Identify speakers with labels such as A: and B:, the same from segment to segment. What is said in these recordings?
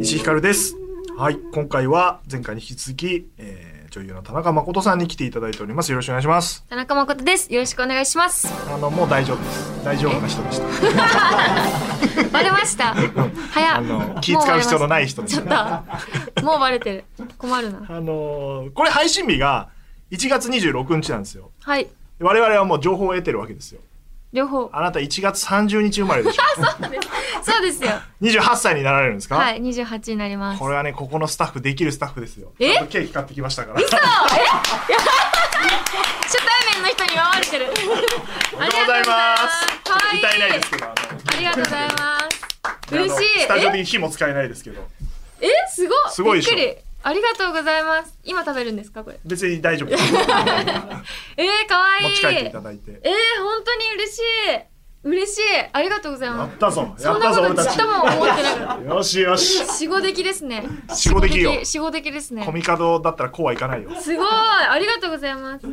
A: 石井ひかるです。はい、今回は前回に引き続き、えー、女優の田中誠さんに来ていただいております。よろしくお願いします。
B: 田中誠です。よろしくお願いします。
A: あのもう大丈夫です。大丈夫な人でした。
B: バレま した。早っ
A: あの気使う必要のない人で
B: ちょ
A: す
B: っ。と、もうバレてる。困るな。
A: あのーこれ配信日が1月26日なんですよ。
B: はい。
A: 我々はもう情報を得てるわけですよ。
B: 両方。
A: あなた1月30日生まれでしょ。
B: そうですよ。
A: 28歳になられるんですか。
B: はい。28になります。
A: これはね、ここのスタッフ、できるスタッフですよ。
B: え
A: ちゃんとケーキ買ってきましたから。あ
B: 初対面の人にはバレてる。
A: りがとうございます。
B: かわいい。
A: 歌えないですけど、あ
B: ありがとうございます。
A: の、
B: 嬉しい
A: あのス。タジオに火も使えないですけど、
B: え、えすごい。
A: すごいでしょ
B: びっくり。ありがとうございます。今食べるんですかこれ。
A: 別に大丈夫です。持
B: えー、かわいい。
A: ち帰っていただいて。
B: えー、本当に嬉しい。嬉しい。ありがとうござい
A: や
B: ま
A: っ
B: す。
A: たぞ、や
B: そ
A: っ
B: んな
A: たぞ、
B: こ
A: 俺
B: と
A: た
B: ちっ
A: ち
B: と。も思ってなかった。
A: よしよし。
B: 死後的ですね。
A: 死後的よ
B: 死後的ですね
A: コ。ミカドだったらこうはいかないよ。
B: すごい、ありがとうございます。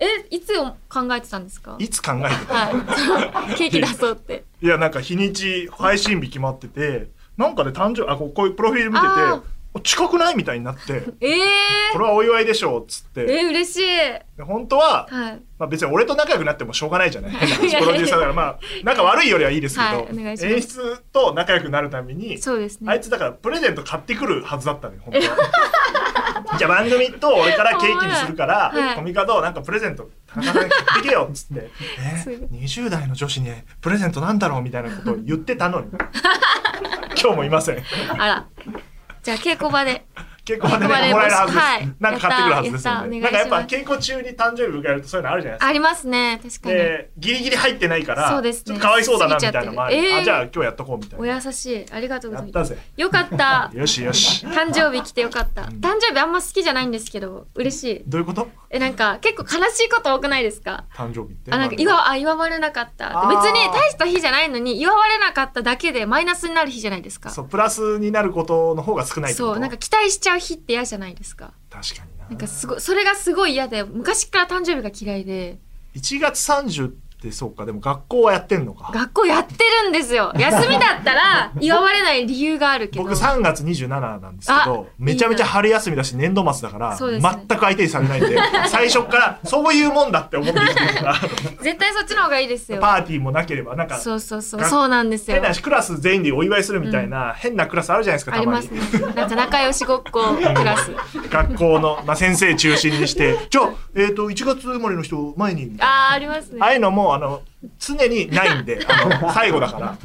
B: え、いつを考えてたんですか。
A: いつ考えてた
B: はい。ケーキ出そう って。
A: いや、なんか日にち、配信日決まってて、なんかで誕生、あ、こうこういうプロフィール見てて
B: あー
A: お、近くないみたいになって、
B: えー、
A: これはお祝いでしょう、っつっ
B: え
A: て。
B: ー、嬉しい。
A: で本当は、
B: はい。
A: まあ、別に俺と仲良くなってもしょうがないじゃない
B: いや
A: プロデューサーだからまあ仲悪いよりはいいですけど、
B: はいお願いします
A: 演出と仲良くなるために、
B: そうです
A: あい
B: ね。
A: つだからプレゼント買ってくるはずだったのよ本当は じゃあ番組と俺からケーキにするから、
B: はい
A: コミカドなんかプレゼント田中さんに買ってけよっつ って
B: すごい
A: え20代の女子にプレゼントなんだろうみたいなことを言ってた のに今日もいません
B: あら。じゃあ稽古場で。
A: 結構までね
B: 頑張れ
A: もらえるはずです、
B: はい
A: なんか買ってくるはずです
B: や
A: よ
B: った
A: ね
B: や
A: な
B: った
A: んかやっぱ
B: お願いし
A: 稽古中に誕生日迎えるとそういうのあるじゃないですか
B: ありますね。確かに。
A: でギリギリ入ってないから
B: そうですね
A: ちょっとかわいそうだなみたいなのもあり、
B: 過ぎちゃってるえー
A: あじゃあ今日やっとこうみたい
B: お
A: な
B: 優しい。ありがとうご
A: や
B: ざ
A: っ
B: いま
A: たぜ
B: す。よか った。
A: よしよし
B: 誕生日来てよかった。誕生日あんま好きじゃないんですけど、嬉しい。
A: どういうこと
B: え、なんか結構悲しいこと多くないですか
A: 誕生日って
B: あなんか祝あ祝われなかった
A: あー
B: 別に大した日じゃないのに祝われなかっただけでマイナスになる日じゃないですか
A: そうプラスになることの方が少ないってこと
B: そうなんか期待しちゃう日って嫌じゃないですか
A: 確かにな
B: なんかすごいそれがすごい嫌で昔から誕生日が嫌いで
A: 1月30ってそうかでも学校はやってんのか
B: 学校やってるんで すよ休みだったら祝われない理由があるけど
A: 僕3月27なんですけど
B: あ
A: めちゃめちゃ春休みだし年度末だから
B: そうで
A: 全
B: すね
A: く相手にされない んで最初からそういうもんだって思ってきてるから
B: 絶対そっちの方がいい ですよ
A: パーティーもなければなんか
B: そうそうそう
A: が
B: そうなんですよ
A: 変なクラス全員でお祝いするみたいな、変なクラスあるじゃないですか
B: あ
A: た
B: り
A: ま
B: ま
A: に
B: すねなんか仲良しごっこクラス
A: 学校の、まあ、先生中心にして、 じゃあ、えっ、と、1月生まれの人、前に、あ
B: あーありますね
A: あいうのも、あの、常にないんで、あ の、最後だから、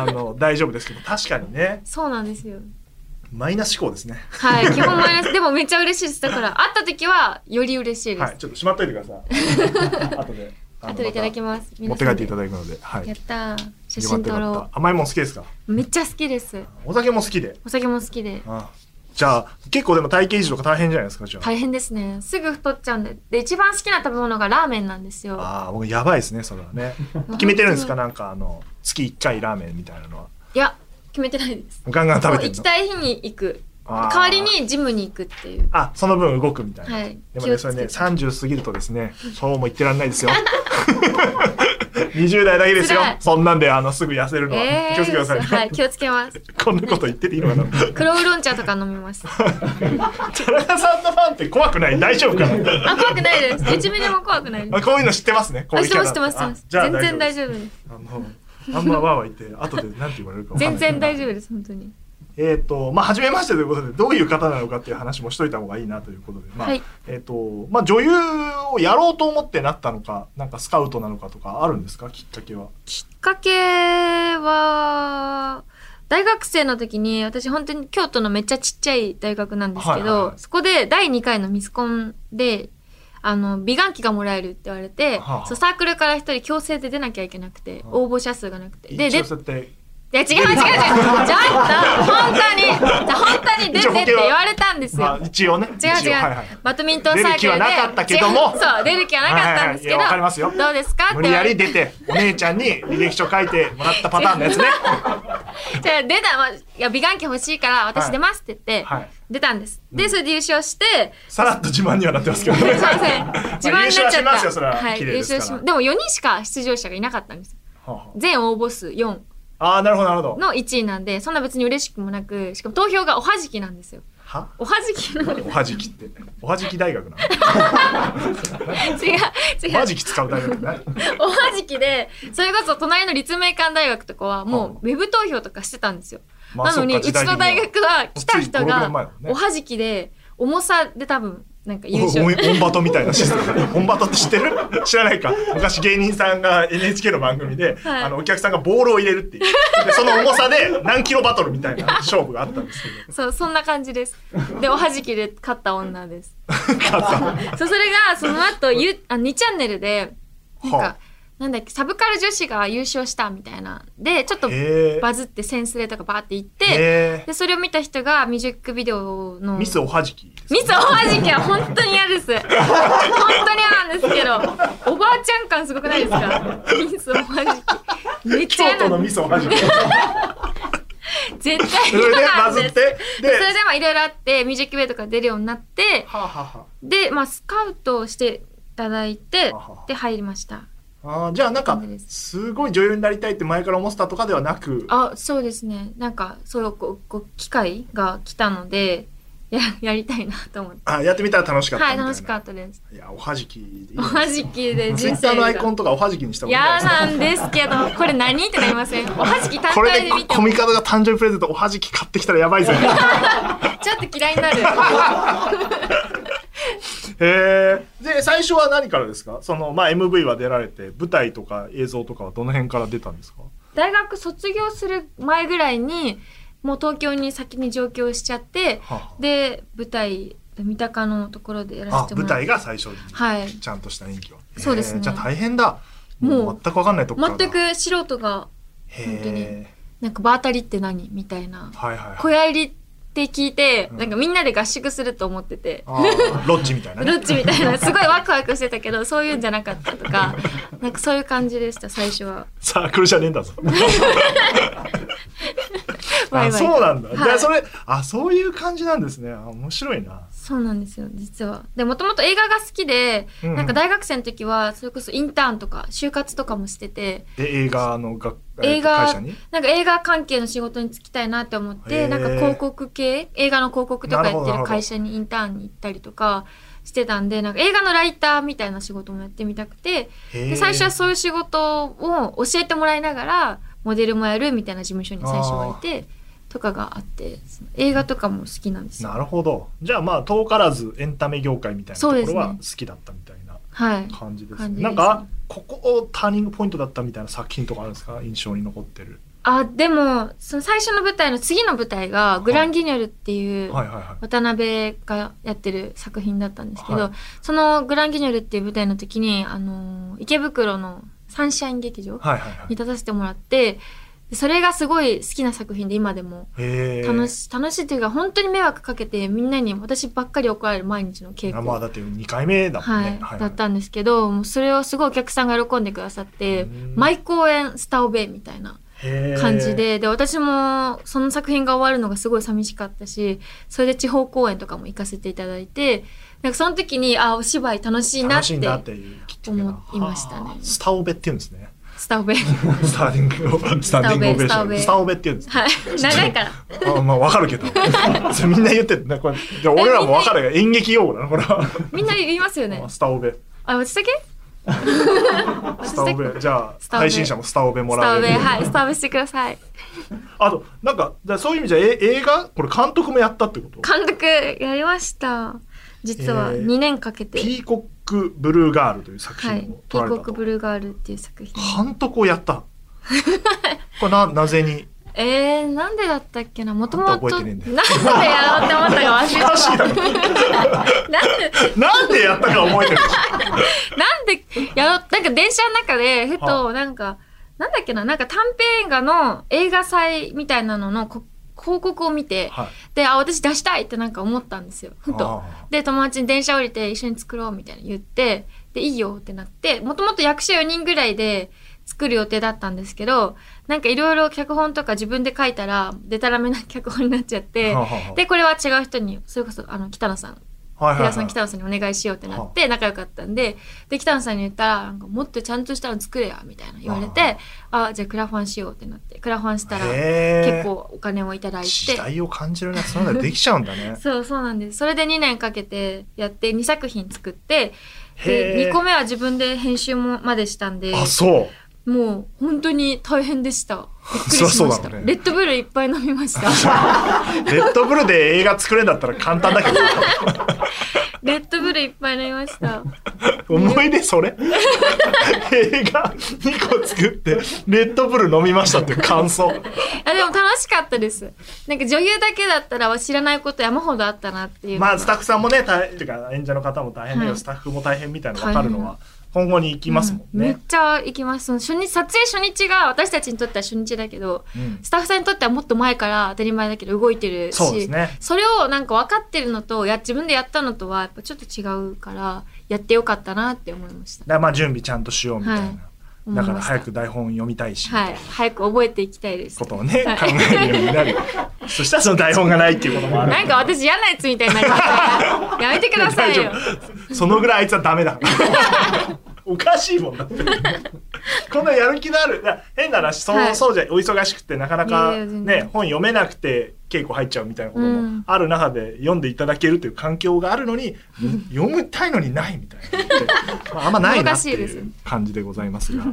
A: あの、大丈夫ですけど、確かにね、
B: そうなんですよ
A: マイナス思考ですね。
B: はい基本マイナスでもめっちゃ嬉しいですだから会った時はより嬉しいです、
A: はい、ちょっとしまっといてくださ い。後で。あの
B: 後でいただき
A: ま
B: ます。
A: た持って帰っていた
B: だ
A: だくので、はい。
B: や
A: よ
B: ったー。写
A: かっ
B: 真
A: た
B: 撮
A: よか
B: ろ
A: った。甘いもん好きですか
B: う。めっちゃ好きです。
A: お酒も好きで。
B: お酒も好きで。
A: ああじゃあ、結構でも体型維持とか大変じゃないですか、じゃあ。
B: 大変ですね。すぐ太っちゃうんで。で、一番好きな食べ物がラーメンなんですよ。
A: ああ、僕やばいですね、それはね。決めてるんですかなんか、あの、月1回ラーメンみたいなのは。
B: いや、決めてないです。
A: ガンガン食べて
B: もう
A: る
B: 行き
A: の
B: たい日に行く。
A: あー
B: 代わりにジムに行くっていう。
A: あ、その分動くみたいな。
B: はい
A: でも
B: 気を
A: ね、
B: つ
A: そ
B: けて
A: れね、30過ぎるとですね、そうも言ってらんないですよ。20代だけですよ
B: 辛い。
A: そんなんで、あの、すぐ痩せるのは。
B: えー
A: 気をつけてくださいね。
B: はい、気をつ けます。
A: こんなこと言ってていいのかな。
B: 黒ウーロン茶とか飲みます。あ、
A: 田中さんのファンって怖くない大丈夫か な
B: 怖くないです。1ミリも怖くないで
A: あ
B: す。
A: こういうの知ってますね。こう
B: あ、
A: いう
B: してます、してます、して
A: あ
B: ます。
A: じゃあ
B: 全然大
A: 丈
B: 丈夫です。
A: 夫。あの、あんまわーわー言って、後で何て言われるかわかんな
B: 全
A: い
B: 然大丈夫です、本当に。
A: えっ、と、まあ、初めましてということで、どういう方なのかっていう話もしといた方がいいなということで、まあ、
B: はい
A: えっ、と、まあ、女優をやろうと思ってなったのか、なんかスカウトなのかとかあるんですかきっかけは。
B: きっかけは、大学生の時に、私本当に京都のめっちゃちっちゃい大学なんです
A: は
B: けど、
A: いはいはい
B: そこで第2回のミスコンで、あの、美顔器がもらえるって言われて、
A: はあはあ
B: そうサークルから一人強制で出なきゃいけなくて、応募者数がなくて。で、
A: 一
B: で、い
A: 応そうやって、
B: や違う違う違う、ちょっと、本当に、じゃあ本当に出てって言われたんですよ。
A: まあ、一応ね。
B: 違う違
A: 一
B: う、
A: 応はいはい。
B: バドミントンサークルで
A: 出る気はなかったけども
B: 違うそう出る気はなかったんです
A: はいはいはいい
B: けど、
A: やわかりますよ
B: どうですかって
A: 無
B: 言
A: 理や
B: われ
A: り
B: て
A: 出て、お姉ちゃんに履歴書書いてもらったパターンのやつね。
B: じゃあ出た、まあ、いや美顔器欲しいから私出ますって言って、
A: はい
B: 出たんです。で、それで優勝して、
A: さらっと自慢に はなってますけど
B: す
A: ね
B: いません。自慢になっちゃ
A: 優勝し
B: っ
A: ますよそれ
B: た。
A: は
B: はい、
A: 綺麗
B: 優
A: ですから
B: 勝しまでも4人しか出場者がいなかったんです。
A: はあは
B: 全応募数4
A: ああーなるほどなるほど
B: の1位なんで、そんな別に嬉しくもなく、しかも投票がおはじきなんですよ。
A: は
B: おはじきの、違う、
A: おはじきっておはじき大学なのお
B: 違
A: は
B: う。
A: じき使う大学な
B: おはじきで、それこそ隣の立命館大学とかはもうウェブ投票とかしてたんですよ。
A: まあ
B: なのに、
A: そうっか
B: ちの大
A: 時
B: 学は来た人
A: もうつい5-6
B: が
A: 年前だもんね
B: おはじきで、重さで多分、なんか
A: 代
B: 優
A: に
B: 勝。
A: はおおオンバトみたいなシステムオンバトって知ってる知らないか昔芸人さんが NHK の番組で、
B: はい
A: あのお客さんがボールを入れるっていうでその重さで何キロバトルみたいな勝負があったんですけど
B: そう、そんな感じです。で、おはじきで勝った女です。そう、それが、その後、ゆあの2チャンネルで、なん
A: はあ
B: か、なんだっけ、サブカル女子が優勝したみたいな。で、ちょっと
A: へえ
B: バズってセンスレとかバーって行って、
A: へえ
B: で、それを見た人がミュージックビデオの。
A: ミスおはじきです
B: ミスおはじきは本当に 嫌です。本当に嫌なんですけど、おばあちゃん感すごくないですかミスおはじき。めっちゃ
A: 京
B: 嫌
A: 都
B: な
A: の
B: ん
A: ミ
B: で
A: スおはじきそ
B: 絶対
A: れ
B: 嫌
A: で
B: な
A: バ
B: ん
A: ズ
B: で
A: っ
B: す。
A: てで
B: それでまあいろいろあって、ミュージックビデオとか出るようになって、
A: はあ、はあは
B: で、まあスカウトをしていただいて
A: はは、
B: で入りました。
A: あ、あーじゃあなんか
B: そうです
A: すごい女優になりたいって前から思ってたとかではなく
B: あ、そうですね。なんか、そういうごご機会が来たので、や やりたいなと思って。
A: あやってみたら楽しかった
B: は
A: みたいな、
B: い、楽しかったです。
A: いやおはじきでいいです
B: おはじきで
A: ツイ
B: 人
A: ッター
B: 生
A: のアイコ
B: が
A: ン。とかおはじきにしたこと
B: 嫌
A: ないです
B: なんですけど、これ何ってなりません。おはじき 単
A: これ
B: 体
A: で
B: で見て
A: コ
B: も、
A: ミカドが誕生日プレゼントおはじき買ってきたらやばい ぜ
B: ちょっと嫌いになる。
A: へえで最初は何からですかそのまあ MV は出られて舞台とか映像とかはどの辺から出たんですか
B: 大学卒業する前ぐらいに、もう東京に先に上京しちゃって、
A: は
B: で、舞台、三鷹のところでやら
A: あ
B: せて
A: 舞
B: もらっ
A: 台
B: て。
A: が最初に
B: はい。
A: ちゃんとした演技を
B: そうですね
A: へーじゃあ大変だも
B: も
A: う
B: う
A: 全く分かんないとこからだ
B: 全く素人が、本当に
A: へえ
B: なんか場当たりって何みたいな。
A: はいはい
B: 小
A: はい
B: 屋入りって聞いて、
A: うん
B: なんかみんなで合宿すると思ってて、
A: あーロッジみたいなね
B: ロッチみた いな、すごいワクワクしてたけど、そういうんじゃなかったとか、なんかそういう感じでした、最初は。
A: サークルじゃねえんだ ぞ
B: ワイワイ
A: あそうなんだ、
B: はい
A: でそれあそういう感じなんですねあ面白いな
B: そうなんですよ、実は。で、もともと映画が好きで、
A: うん
B: なんか大学生の時は、それこそインターンとか、就活とかもしてて、
A: で映画の学
B: 映画
A: 会社に
B: なんか映画関係の仕事に就きたいなって思っ
A: へ
B: て、
A: ー
B: なんか広告系、映画の広告とかや
A: なるほ
B: っ
A: どなる
B: てる
A: ほど
B: 会社にインターンに行ったりとかしてたんで、なんか映画のライターみたいな仕事もやってみたくて、
A: で
B: で最初はそういう仕事を教えてもらいながらモデルもやるみたいな事務所に最初はいてとかがあってその映画とかも好きなんですよ。
A: なるほどじゃあまあ遠からずエンタメ業界みたいなと
B: そう
A: こ
B: です
A: ろ
B: ね
A: は好きだったみたいな
B: はい、
A: 感じですね
B: 感じですね
A: なんかここをターニングポイントだったみたいな作品とかあるんですか印象に残ってる
B: あでもその最初の舞台の次の舞台が「グランギニョル」っていう
A: はいはいはい
B: 渡辺がやってる作品だったんですけど、
A: はい
B: その「グランギニョル」っていう舞台の時に、あのー池袋のサンシャイン劇
A: は
B: 場
A: いはいはい
B: に立たせてもらってでそれがすごい好きな作品で今でも
A: へー
B: 楽し楽しいというか本当に迷惑かけてみんなに私ばっかり怒られる毎日の稽
A: あ
B: 古、
A: まあだって2回目だもん
B: は
A: ね、
B: いだったんですけどもうそれをすごいお客さんが喜んでくださって
A: うん
B: 毎公演スタオベみたいな
A: へー
B: 感じでで私もその作品が終わるのがすごい寂しかったしそれで地方公演とかも行かせていただいてなんかその時にあお芝居楽しいなっ
A: 楽しい
B: て
A: んだっていうきっかけが
B: 思いましたね
A: はあスタオベって言うんですね
B: スタオベ
A: スターディングスターディングオベーション
B: ス
A: ス
B: タ
A: タオベって言うんですね
B: はい長いから
A: あまあわかるけ どそれみんな言ってるねこれじゃあ俺らもわかるよ演劇用語だなこれは
B: みんな言いますよ ね
A: あスタオベ
B: あ私だけ 私
A: スタ
B: だ
A: オ
B: け
A: ベじゃ
B: スタ
A: あ
B: オベ
A: 配信者もスタオベも
B: スタ
A: らえ
B: オ
A: る
B: ベはいスタオベしてください
A: あとなんかだそういう意味じゃえ映画これ監督もやったってこと
B: 監督やりました実は
A: えー
B: 2年かけて、
A: ピーコックブルーガールという作
B: は
A: 品
B: い
A: を
B: 「ピ
A: 撮られ
B: ーコ
A: た
B: ッ
A: と、
B: クブルーガール」っていう作品
A: 監督をや ったこれななぜに
B: えー、なんでだったっけなもとも
A: あんた
B: と
A: 覚えてねえ
B: なん
A: んだ
B: で
A: よ
B: やろうって思ったか忘れ
A: お
B: て
A: かしいだろ
B: たなんで
A: なんでやったか覚えてる
B: なんでやろうなんか電車の中でふとなんかなんだっけななんか短編映画の映画祭みたいなののこ広告を見て、
A: はい
B: であ私出したいってなんか思ったんですよふと
A: あ
B: で友達に電車降りて一緒に作ろうみたいな言ってでいいよってなってもともと役者4人ぐらいで作る予定だったんですけど、なんかいろいろ脚本とか自分で書いたら、でたらめな脚本になっちゃって
A: はあ、はあ
B: で、これは違う人に、それこそ、あの、北野さん、
A: はいはい
B: 寺
A: はい
B: さん、北野さんにお願いしようってなって、仲良かったんで、で、北野さんに言ったら、なんかもっとちゃんとしたの作れや、みたいな言われて、あ、じゃあクラファンしようってなって、クラファンしたら、
A: へー
B: 結構お金をいただいて。
A: 時代を感じるねそんなのできちゃうんだね
B: そうそうなんです。それで2年かけてやって2作品作って、
A: へ
B: で、
A: ー
B: 2個目は自分で編集もまでしたんで、
A: あそう
B: もう本当に大変でした。びっくりし
A: そり
B: ま
A: ゃ
B: し
A: そうだ
B: た。
A: ろうね
B: レッドブルいっぱい飲み ました。
A: レッドブルで映画作れんだったら簡単 だけ
B: レッドブルいっぱい飲みました。
A: ど思い出それ映画2個作ってレッドブル飲みましたっていう感想
B: あでも楽しかったです。なんか女優だけだったら知らないこと山ほどあったなっていう。
A: まあスタッフさんもね大変ていうか演者の方も大変だけど、
B: はい
A: スタッフも大変みたいなの分かるの
B: 大
A: は今後に行きますもん
B: めっ
A: ね、
B: ちゃ行きます。その初日、撮影初日が私たちにとっては初日だけど、
A: うん
B: スタッフさんにとってはもっと前から当たり前だけど動いてるし、
A: そうですね
B: それをなんか分かってるのとや自分でやったのとはやっぱちょっと違うからやってよかったなって思いました。
A: だからまあ準備ちゃんとしようみたいな、
B: はい思いま
A: だか
B: した
A: ら早く台本読みたいし、
B: はい、早く覚えていきたいです
A: こ。とをね、
B: はい
A: 考えるようになるそしたらその台本がないっていうこともある
B: なんか私嫌なやつみたいになりまし たね。やめてくださいよ。
A: そのぐらいあいつはダメだおかしいもんだってこんなやる気のあるだ変な話そう,、
B: はい
A: そうじゃお忙しくてなかない
B: やい
A: か
B: や全
A: ね
B: 然
A: 本読めなくて稽古入っちゃうみたいなこと
B: う
A: も
B: ん
A: ある中で読んでいただけるという環境があるのに、読みたいのにないみたいなのって、まあ、あんまないなって
B: もどかしいです
A: い
B: よ
A: う感じでございますが。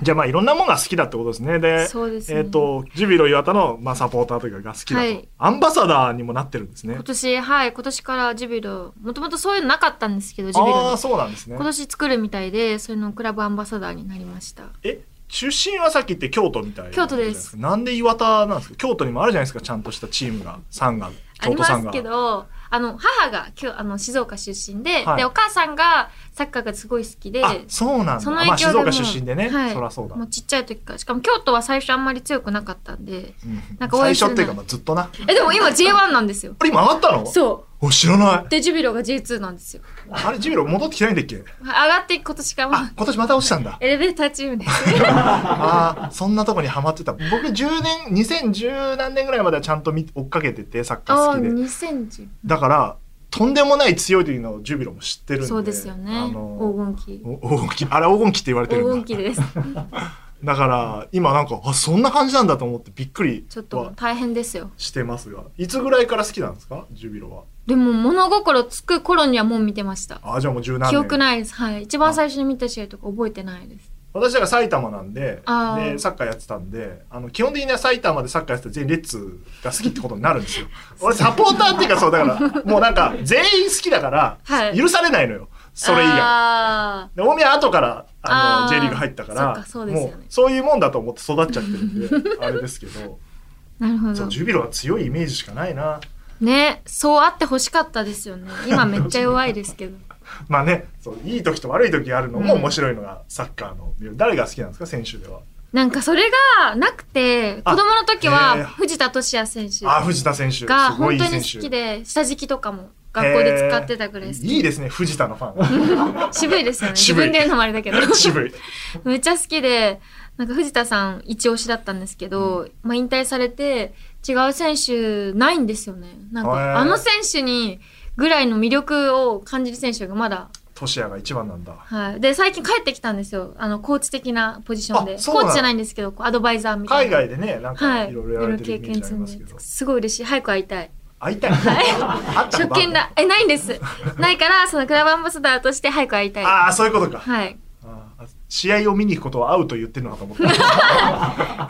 A: じゃあまあいろんなものが好きだってことですね。で、
B: そうですね
A: えっ、と、ジュビロ磐田の、まあ、サポーターというかが好きだと、
B: はい
A: アンバサダーにもなってるんですね
B: 今。年、はい、今年からジュビロ、もともとそういうのなかったんですけど、ジュビロ
A: ああー、
B: の。
A: そうなんですね
B: 今。年作るみたいで、そういうのクラブアンバサダーになりました。
A: え出身はさっき言って京都みたいな
B: 京都です
A: なんで岩田なんですか京都にもあるじゃないですかちゃんとしたチームがさんが
B: あ
A: 京
B: り
A: 都
B: ま
A: さん
B: す
A: が
B: けど、あの、母が今日、あの、静岡出身で、
A: はい
B: で、お母さんがサッカーがすごい好きで、
A: あそうなんだ
B: その
A: まあ
B: 影響
A: 静
B: でもう
A: 岡出身でね、
B: はい
A: そりゃそうだ、
B: もうちっちゃい時から。しかも京都は最初あんまり強くなかったんで。
A: うん
B: なんか応
A: 最
B: 援する
A: 初って
B: な
A: いうか、まあ、ずっとな
B: え、でも今 J1 なんですよ。
A: あれ今上がったの
B: そ。
A: お知らないう
B: で、ジュビロが J2 なんですよ。
A: あれジュビロ戻ってきてないんだっけ
B: 上がって今年からも
A: あ
B: う
A: 今年また落ちたんだ
B: エレベーターチームです。
A: あーそんなとこにはまってた僕10年2010何年ぐらいまではちゃんと見追っかけててサッカー
B: あ
A: 好
B: あ、
A: きで
B: 2010。
A: だからとんでもない強いというのをジュビロも知ってるんで
B: そうですよね。
A: あの
B: 黄金期。
A: お黄金期あれ黄金期って言われて
B: 黄
A: るんだ
B: 金期です。
A: だから今なんかあそんな感じなんだと思ってびっくり
B: ちょっと
A: は
B: 大変ですよ。
A: してますがいつぐらいから好きなんですかジュビロは
B: でも物心つく頃にはもう見てました。
A: あじゃあもう十何年
B: 記憶ないです。はい。一番最初に見た試合とか覚えてないです。
A: 私だから埼玉なんで
B: あー
A: でサッカーやってたんであの基本的には埼玉でサッカーやってた全員レッツが好きってことになるん ですよ俺サポーターっていうかそうだからもうなんか全員好きだから
B: はい
A: 許されないのよ、それ以外
B: 外。
A: で大宮は後からあの
B: あー
A: J リーグ入ったから
B: そっかそうです
A: も
B: よね
A: うそういうもんだと思って育っちゃってるんであれですけ ど
B: なるほ
A: そ
B: ど
A: う。ジュビロは強いイメージしかないな
B: ね、そうあってほしかったですよね。今めっちゃ弱いです けど。
A: まあね、そういい時と悪い時があるのも面白いのがサッカーの、誰が好きなんですか選手では。
B: なんかそれがなくて、
A: あ
B: 子供の時
A: へえ
B: は藤田俊也選手
A: あ藤田選手す
B: が
A: ごいい
B: 本
A: い
B: 当に
A: 選手。
B: 好きで、下敷きとかも学校で使ってたぐらい好
A: へーいい
B: き。
A: ですね藤田の フ ァ
B: 渋いですよね。自
A: 渋い
B: 分で言うのもあれだ けど。
A: ン渋い。
B: めっちゃ好きで、なんか藤田さん一押しだったんですけど、まあ引退されて違う選手ないんですよね。なん
A: へえ
B: かあの選手にぐらいの魅力を感じる選手がまだ、
A: 俊也が一番なんだ。
B: はい。で、最近帰ってきたんですよ。あの、コーチ的なポジションで。
A: あそう
B: コ
A: なん
B: ーチじゃないんですけど、こうアドバイザーみた
A: 海
B: いな。
A: 外でねなん
B: は
A: か
B: い。
A: いろいろやられてるイ
B: い
A: メ
B: ろい
A: ージあり
B: ろ経験済
A: ま
B: ん
A: すけ
B: で
A: ど。
B: すごい嬉しい。早く会いたい。
A: 会いたい。 会った
B: 初
A: ことある
B: 見。だ。え、ないんです。ないから、そのクラブアンバサダーとして早く会いたい。
A: ああそういうことか。
B: はい。
A: あー試合を見に行くことは会うと言ってるのかと思った。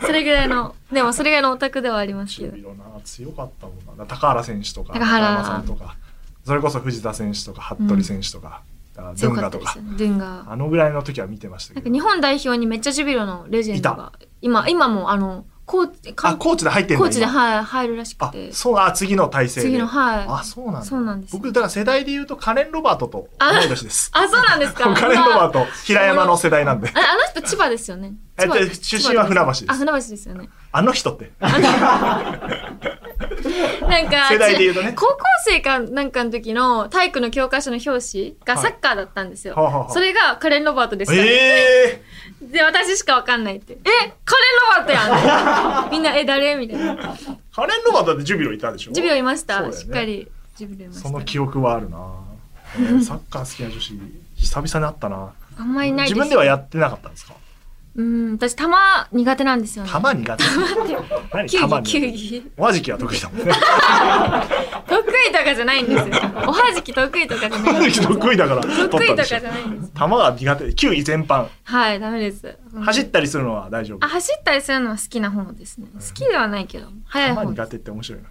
B: それぐらいの、でもそれぐらいのオタクではあります
A: ジ
B: け
A: ュ
B: ど
A: ビ。ロな強かったもんなだから高原選手とか
B: 高原
A: 中山さんとかそれこそ藤田選手とか服部選手とか、あズ
B: 強
A: ン
B: か
A: ガ
B: った
A: と
B: で
A: か
B: すよね。ドゥンガ。
A: あのぐらいの時は見てましたけ
B: なん
A: ど
B: か日本代表にめっちゃジュビロのレジェンドが、今、今もあの、コーチ、
A: あ
B: 韓
A: コーチで入ってんだ
B: コーチで
A: 今
B: はい入るらしく
A: あ
B: て、
A: そうあ次の体制で
B: 次の、はい。
A: あそうなんだ
B: そうなんですよ
A: 僕だから世代で言うとカレン・ロバートと
B: あ
A: 同い年です
B: あ、そうなんで すか。
A: カレン・ロバー
B: うわ
A: ト平山の世代なんで
B: ああの人千葉ですよね。
A: え
B: 千葉
A: で出身は船橋です
B: あ、船橋ですよね。
A: あの人って。
B: なん か、
A: 世代で言うとね
B: 高校生かなんかの時の体育の教科書の表紙がサッカーだったんですよ。
A: はいはあはあ
B: それがカレン・ロバートでした、
A: ええ
B: で、私しかわかんないって。えカレン・ロバートや んみんな、え、誰みたいな。
A: ー、カレンロバートだってジュビロいたでしょ
B: ジュビロいまし
A: そう
B: た、
A: だよね
B: しっかり。ジュビロいまし
A: その
B: た。
A: 記憶はあるな、え ーサッカー好きな女子久々にあったな
B: あんまりない
A: 自分ではやってなかったんですか
B: うん、私、球苦手なんですよね。
A: 球苦手何
B: 球技、
A: 球
B: 球
A: 技
B: 技。
A: おはじきは得意だもんね
B: 得意とかじゃないん ですよ。おはじき得意とかじゃ
A: お
B: ないん
A: は
B: で
A: じ
B: す
A: き
B: よ。
A: 得意だから
B: 得意とかじゃ
A: 球
B: ないんです。
A: が苦手球技全般
B: はい、ダメです。うん
A: 走ったりするのは大丈夫
B: あ、走ったりするのは好きな方ですね。好きではないけど、速い
A: 球
B: 方です
A: 苦手って面白いな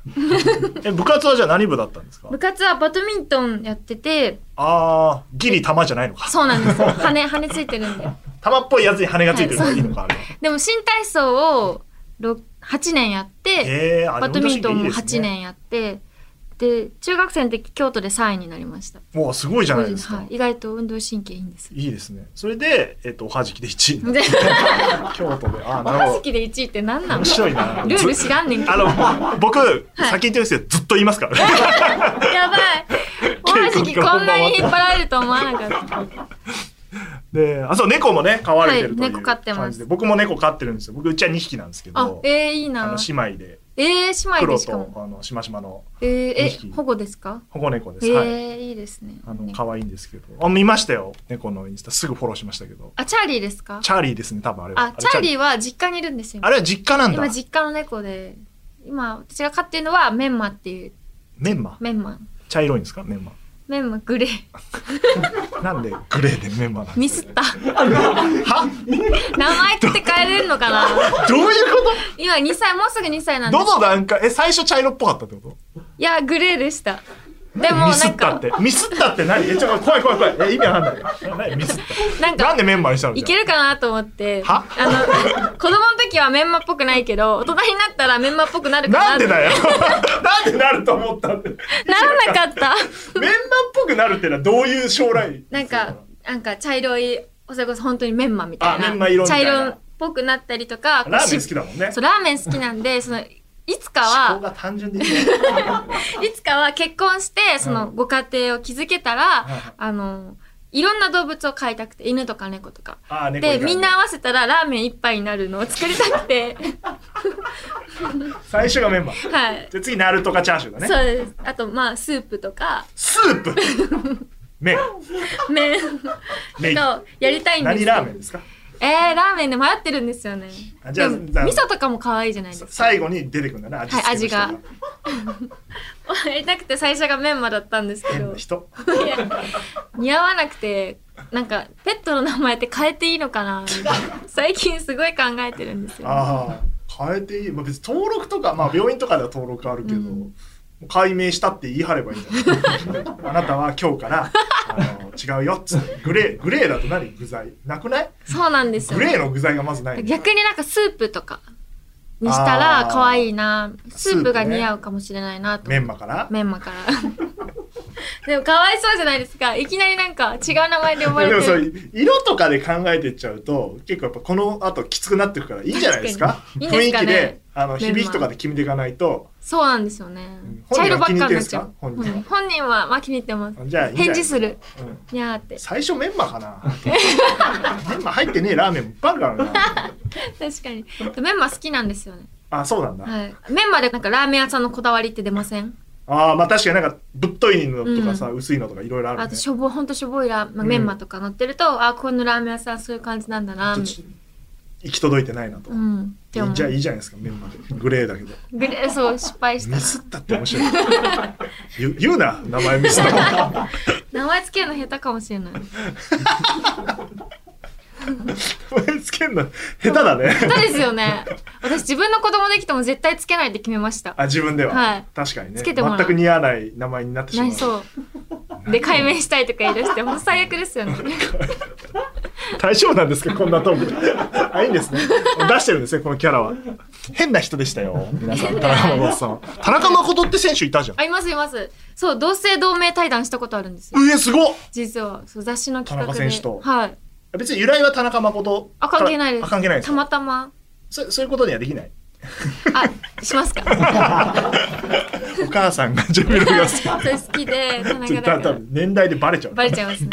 A: え部活はじゃあ何部だったんですか
B: 部活はバドミントンやってて、
A: あーギリ球じゃないのか
B: そうなんですよ。羽、羽ついてるんで。
A: 球っぽいやつに羽がついてるのがいいのか、あれは
B: でも新体操をろ8年やって、
A: えー、あ
B: バドミントンも
A: でも
B: 8年やって、で、中学生の時京都で3位になりました。
A: もうすごいじゃないですか、
B: はい、意外と運動神経いいんです。
A: いいですね。それで、えっと、おはじきで1位になっ
B: で、
A: た。京都で。ああ、
B: お
A: なる
B: は
A: ほ
B: じきで1位って何
A: ど。
B: なの
A: 面白いな。
B: ルール
A: ず
B: 知らんねんけど。
A: あの、僕、先言ってるんですけど、ずっと言い ますからね。
B: やばい。おはじきこんなに引っ張られると思わなかった。
A: で、あ、そう、猫もね、飼われてると
B: はいいう猫飼ってます
A: 感じで。僕も猫飼ってるんですよ。僕、うちは2匹なんです け
B: あ
A: ど、、
B: えー、いい
A: あの、
B: な。
A: 姉妹で、
B: えー、姉妹
A: 黒
B: でしか
A: と
B: も、。
A: あの、しましまの
B: えー、
A: 二
B: え
A: 匹、
B: 保護ですか
A: 保護猫で
B: え
A: す。はい。
B: ー、いいですね。
A: あの、
B: ね
A: 可愛いんですけど。あ、見ましたよ。猫のインスタ。すぐフォローしましたけど。
B: あ、チャーリーですか
A: チャーリーですね、多分あれは。
B: あ、チャーリ
A: ー。
B: ーは実家にいるんですよ。
A: あれは実家なんだ
B: 今。実家の猫で、今私が飼ってるのはメンマっていう、
A: メンマ。
B: メンマ。
A: 茶色いんですかメンマ。
B: メンマグレー。
A: なんでグレーでメンマなん
B: ミ
A: です
B: スった。
A: かは
B: 名前って変えれるのかな
A: どういうこと
B: 今2歳、もうすぐ2歳なんで
A: ど
B: す。
A: の段階え最初茶色っぽかったってこと
B: いや、グレーでした。でも、
A: ミ
B: な
A: スっ
B: ん
A: たっ
B: か、
A: てミスったって何えちょっと怖い怖い怖いえ意味わかんないな何ミスった
B: なん
A: な
B: か
A: ん、でメンマにしたのじ
B: い
A: ゃん
B: けるかなと思って、
A: は
B: あの、子供の時はメンマっぽくないけど、大人になったらメンマっぽくなるかな
A: な
B: っ
A: ん
B: て
A: でだよ なんでなると思ったってメン
B: ならなかった。
A: マっぽくなるってのはどういう将来
B: なんか、なんか茶色い、それこそ本当にメンマみたい
A: あ
B: な。
A: メンマ色みたいな
B: 茶色っぽくなったりとか、
A: ラーメン好
B: こ
A: きだもんね
B: うしそう、ラーメン好きなんで、その、いつか
A: 思考
B: は、
A: が単純でいいね
B: いつかは結婚して、その、
A: うん
B: ご家庭を築けたら、
A: はい
B: あの、いろんな動物を飼いたくて、犬とか猫とか。
A: あー猫以
B: で、
A: 外
B: みんな合わせたらラーメン一杯になるのを作りた くて、
A: 最初がメンマ
B: はい。
A: じゃあ次ナルトかチャーシューだね
B: そうです。あと、まあ、スープとか、
A: スープ麺
B: 麺
A: 麺
B: と、やりたいんで
A: 何
B: すけど
A: ラーメンですか
B: えー、ラーメンで迷ってるんですよね。
A: あじゃあ
B: でも味
A: じゃあ
B: 噌とかも可愛いじゃないです
A: さ
B: か。
A: 最後に出てくるんだね味付けの人
B: はい味やりたくて最初がメンマだったんですけ
A: 変
B: ど
A: な 人
B: いや 似合わなくてなんかペットの名前って変えていいのかなみたいな最近すごい考えてるんですよ、
A: ああ変えていい、まあ、別に登録とか、まあ、病院とかでは登録あるけど、
B: うん
A: もう解明したって言い張ればいいんじゃない あなたは今日からあの違うよっつってグレーグレーだと何具材なくない
B: そうなんですよ
A: グレーの具材がまずない
B: 逆になんかスープとかにしたら可愛いな
A: スー
B: ス
A: プね
B: ープが似合うかもしれないなと、
A: メンマから
B: メンマから でもかわいそうじゃないですかいきなりなんか違う名前で呼ば
A: で
B: れ
A: も
B: て
A: それ
B: る
A: 色とかで考えてっちゃうと結構やっぱこの後きつくなってくからいいんじゃないですか
B: 確かにいいん
A: 雰
B: です
A: 囲
B: か
A: 気
B: ね
A: であの
B: メンマ
A: 響きとかで決めていかないと
B: そうなんですよね
A: ん
B: 茶色ばっかになっ
A: 本人は気に入ってんす
B: ちゃ
A: か
B: う
A: 本人は
B: 本人はまあ気に入ってます
A: じゃあいいんじゃない
B: 返事する
A: うん
B: にゃーって
A: 最初メンマかなメンマ入ってねえラーメンもいっぱいあるからな
B: 確 かに。メンマ好きなんですよね。
A: あそうなんだ、
B: はい。メンマでなんかラーメン屋さんのこだわりって出ません
A: ああまあ確かになんかぶっといのとかさ、薄いのとかいろいろあるね
B: あと、しょぼ、ほんとしょぼいラー、まあ
A: うん
B: メンマとか乗ってると、あ、このラーメン屋さんそういう感じなんだな、みたい
A: ちょっと行き届いてないなと、
B: な。うん。って思
A: じゃあ
B: う。
A: いいじゃないですかメンマでグレーだけど
B: グレー、そう、失敗した
A: ミ。スったって面白い言う言うな名前ミスった
B: 名前つけるの下手かもしれない。
A: 名前つけるの下手だね
B: 下手ですよね。私、自分の子供できても絶対つけないって決めました。
A: あ自分では、
B: はい
A: 確かにね
B: つけてもらう
A: 全く似合わない名前になってしま
B: な
A: う
B: りそう。で、解明したいとか言い出して、もう最悪ですよね。
A: 大丈夫なんですかこんなトー クあいいんですね出してるんですねこのキャラは変な人でした よ皆さん田中誠さん田中誠って選手いたじゃん
B: あ、いますいます。そう、同姓同名対談したことあるんですよ。
A: うえすごっ
B: 実は、そう雑誌の企画で。
A: 田中選手と
B: はい。
A: 別に由来は田中誠
B: あ、関係ないです。
A: あ関係ないです
B: たまたま。
A: そそういうことにはできない
B: あ、しますか。
A: お母さんがジョビロが好き。
B: それ好きで、なんか
A: ちょ
B: だ
A: っと
B: か
A: 多
B: ら
A: 分年代でバレちゃう。
B: バレちゃいますね。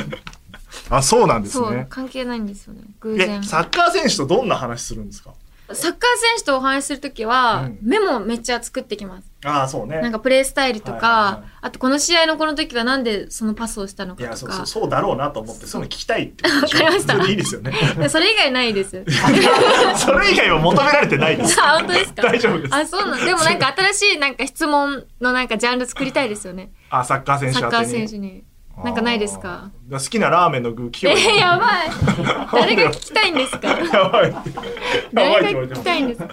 A: あ、そうなんです
B: そう
A: ね、。
B: 関係ないんですよね。偶
A: え
B: 然。、
A: サ
B: サ
A: ッカー選手とどんな話するんですか
B: ッカー選手とお話しするときは、
A: うん
B: メモめっちゃ作ってきます。
A: ああ、そうね。
B: なんかプレースタイルとか、
A: はいはいはい
B: あとこの試合のこの時はなんでそのパスをしたの
A: い
B: か
A: や、
B: と
A: そうそう、
B: か。
A: そうだろうなと思って、そういうの聞きたいってことでしょ。
B: わかりました
A: それでいいですよね。
B: でそれ以外ないです。
A: それ以外は求められて ないです。
B: あ、本当ですか
A: 大丈夫です
B: あ、そうなんでもなんか新しいなんか質問のなんかジャンル作りたいですよね。
A: あ、サッカー選手
B: サッ
A: 宛
B: カー
A: てに
B: 選手に。なんかないですか
A: あー好きなラーメンの具聞
B: え
A: よう
B: ー、やばい。 誰が聞きたいんですか
A: やばい。やばいって
B: 誰
A: 言わ
B: が
A: れて
B: 聞
A: ま
B: き
A: す
B: たいんですか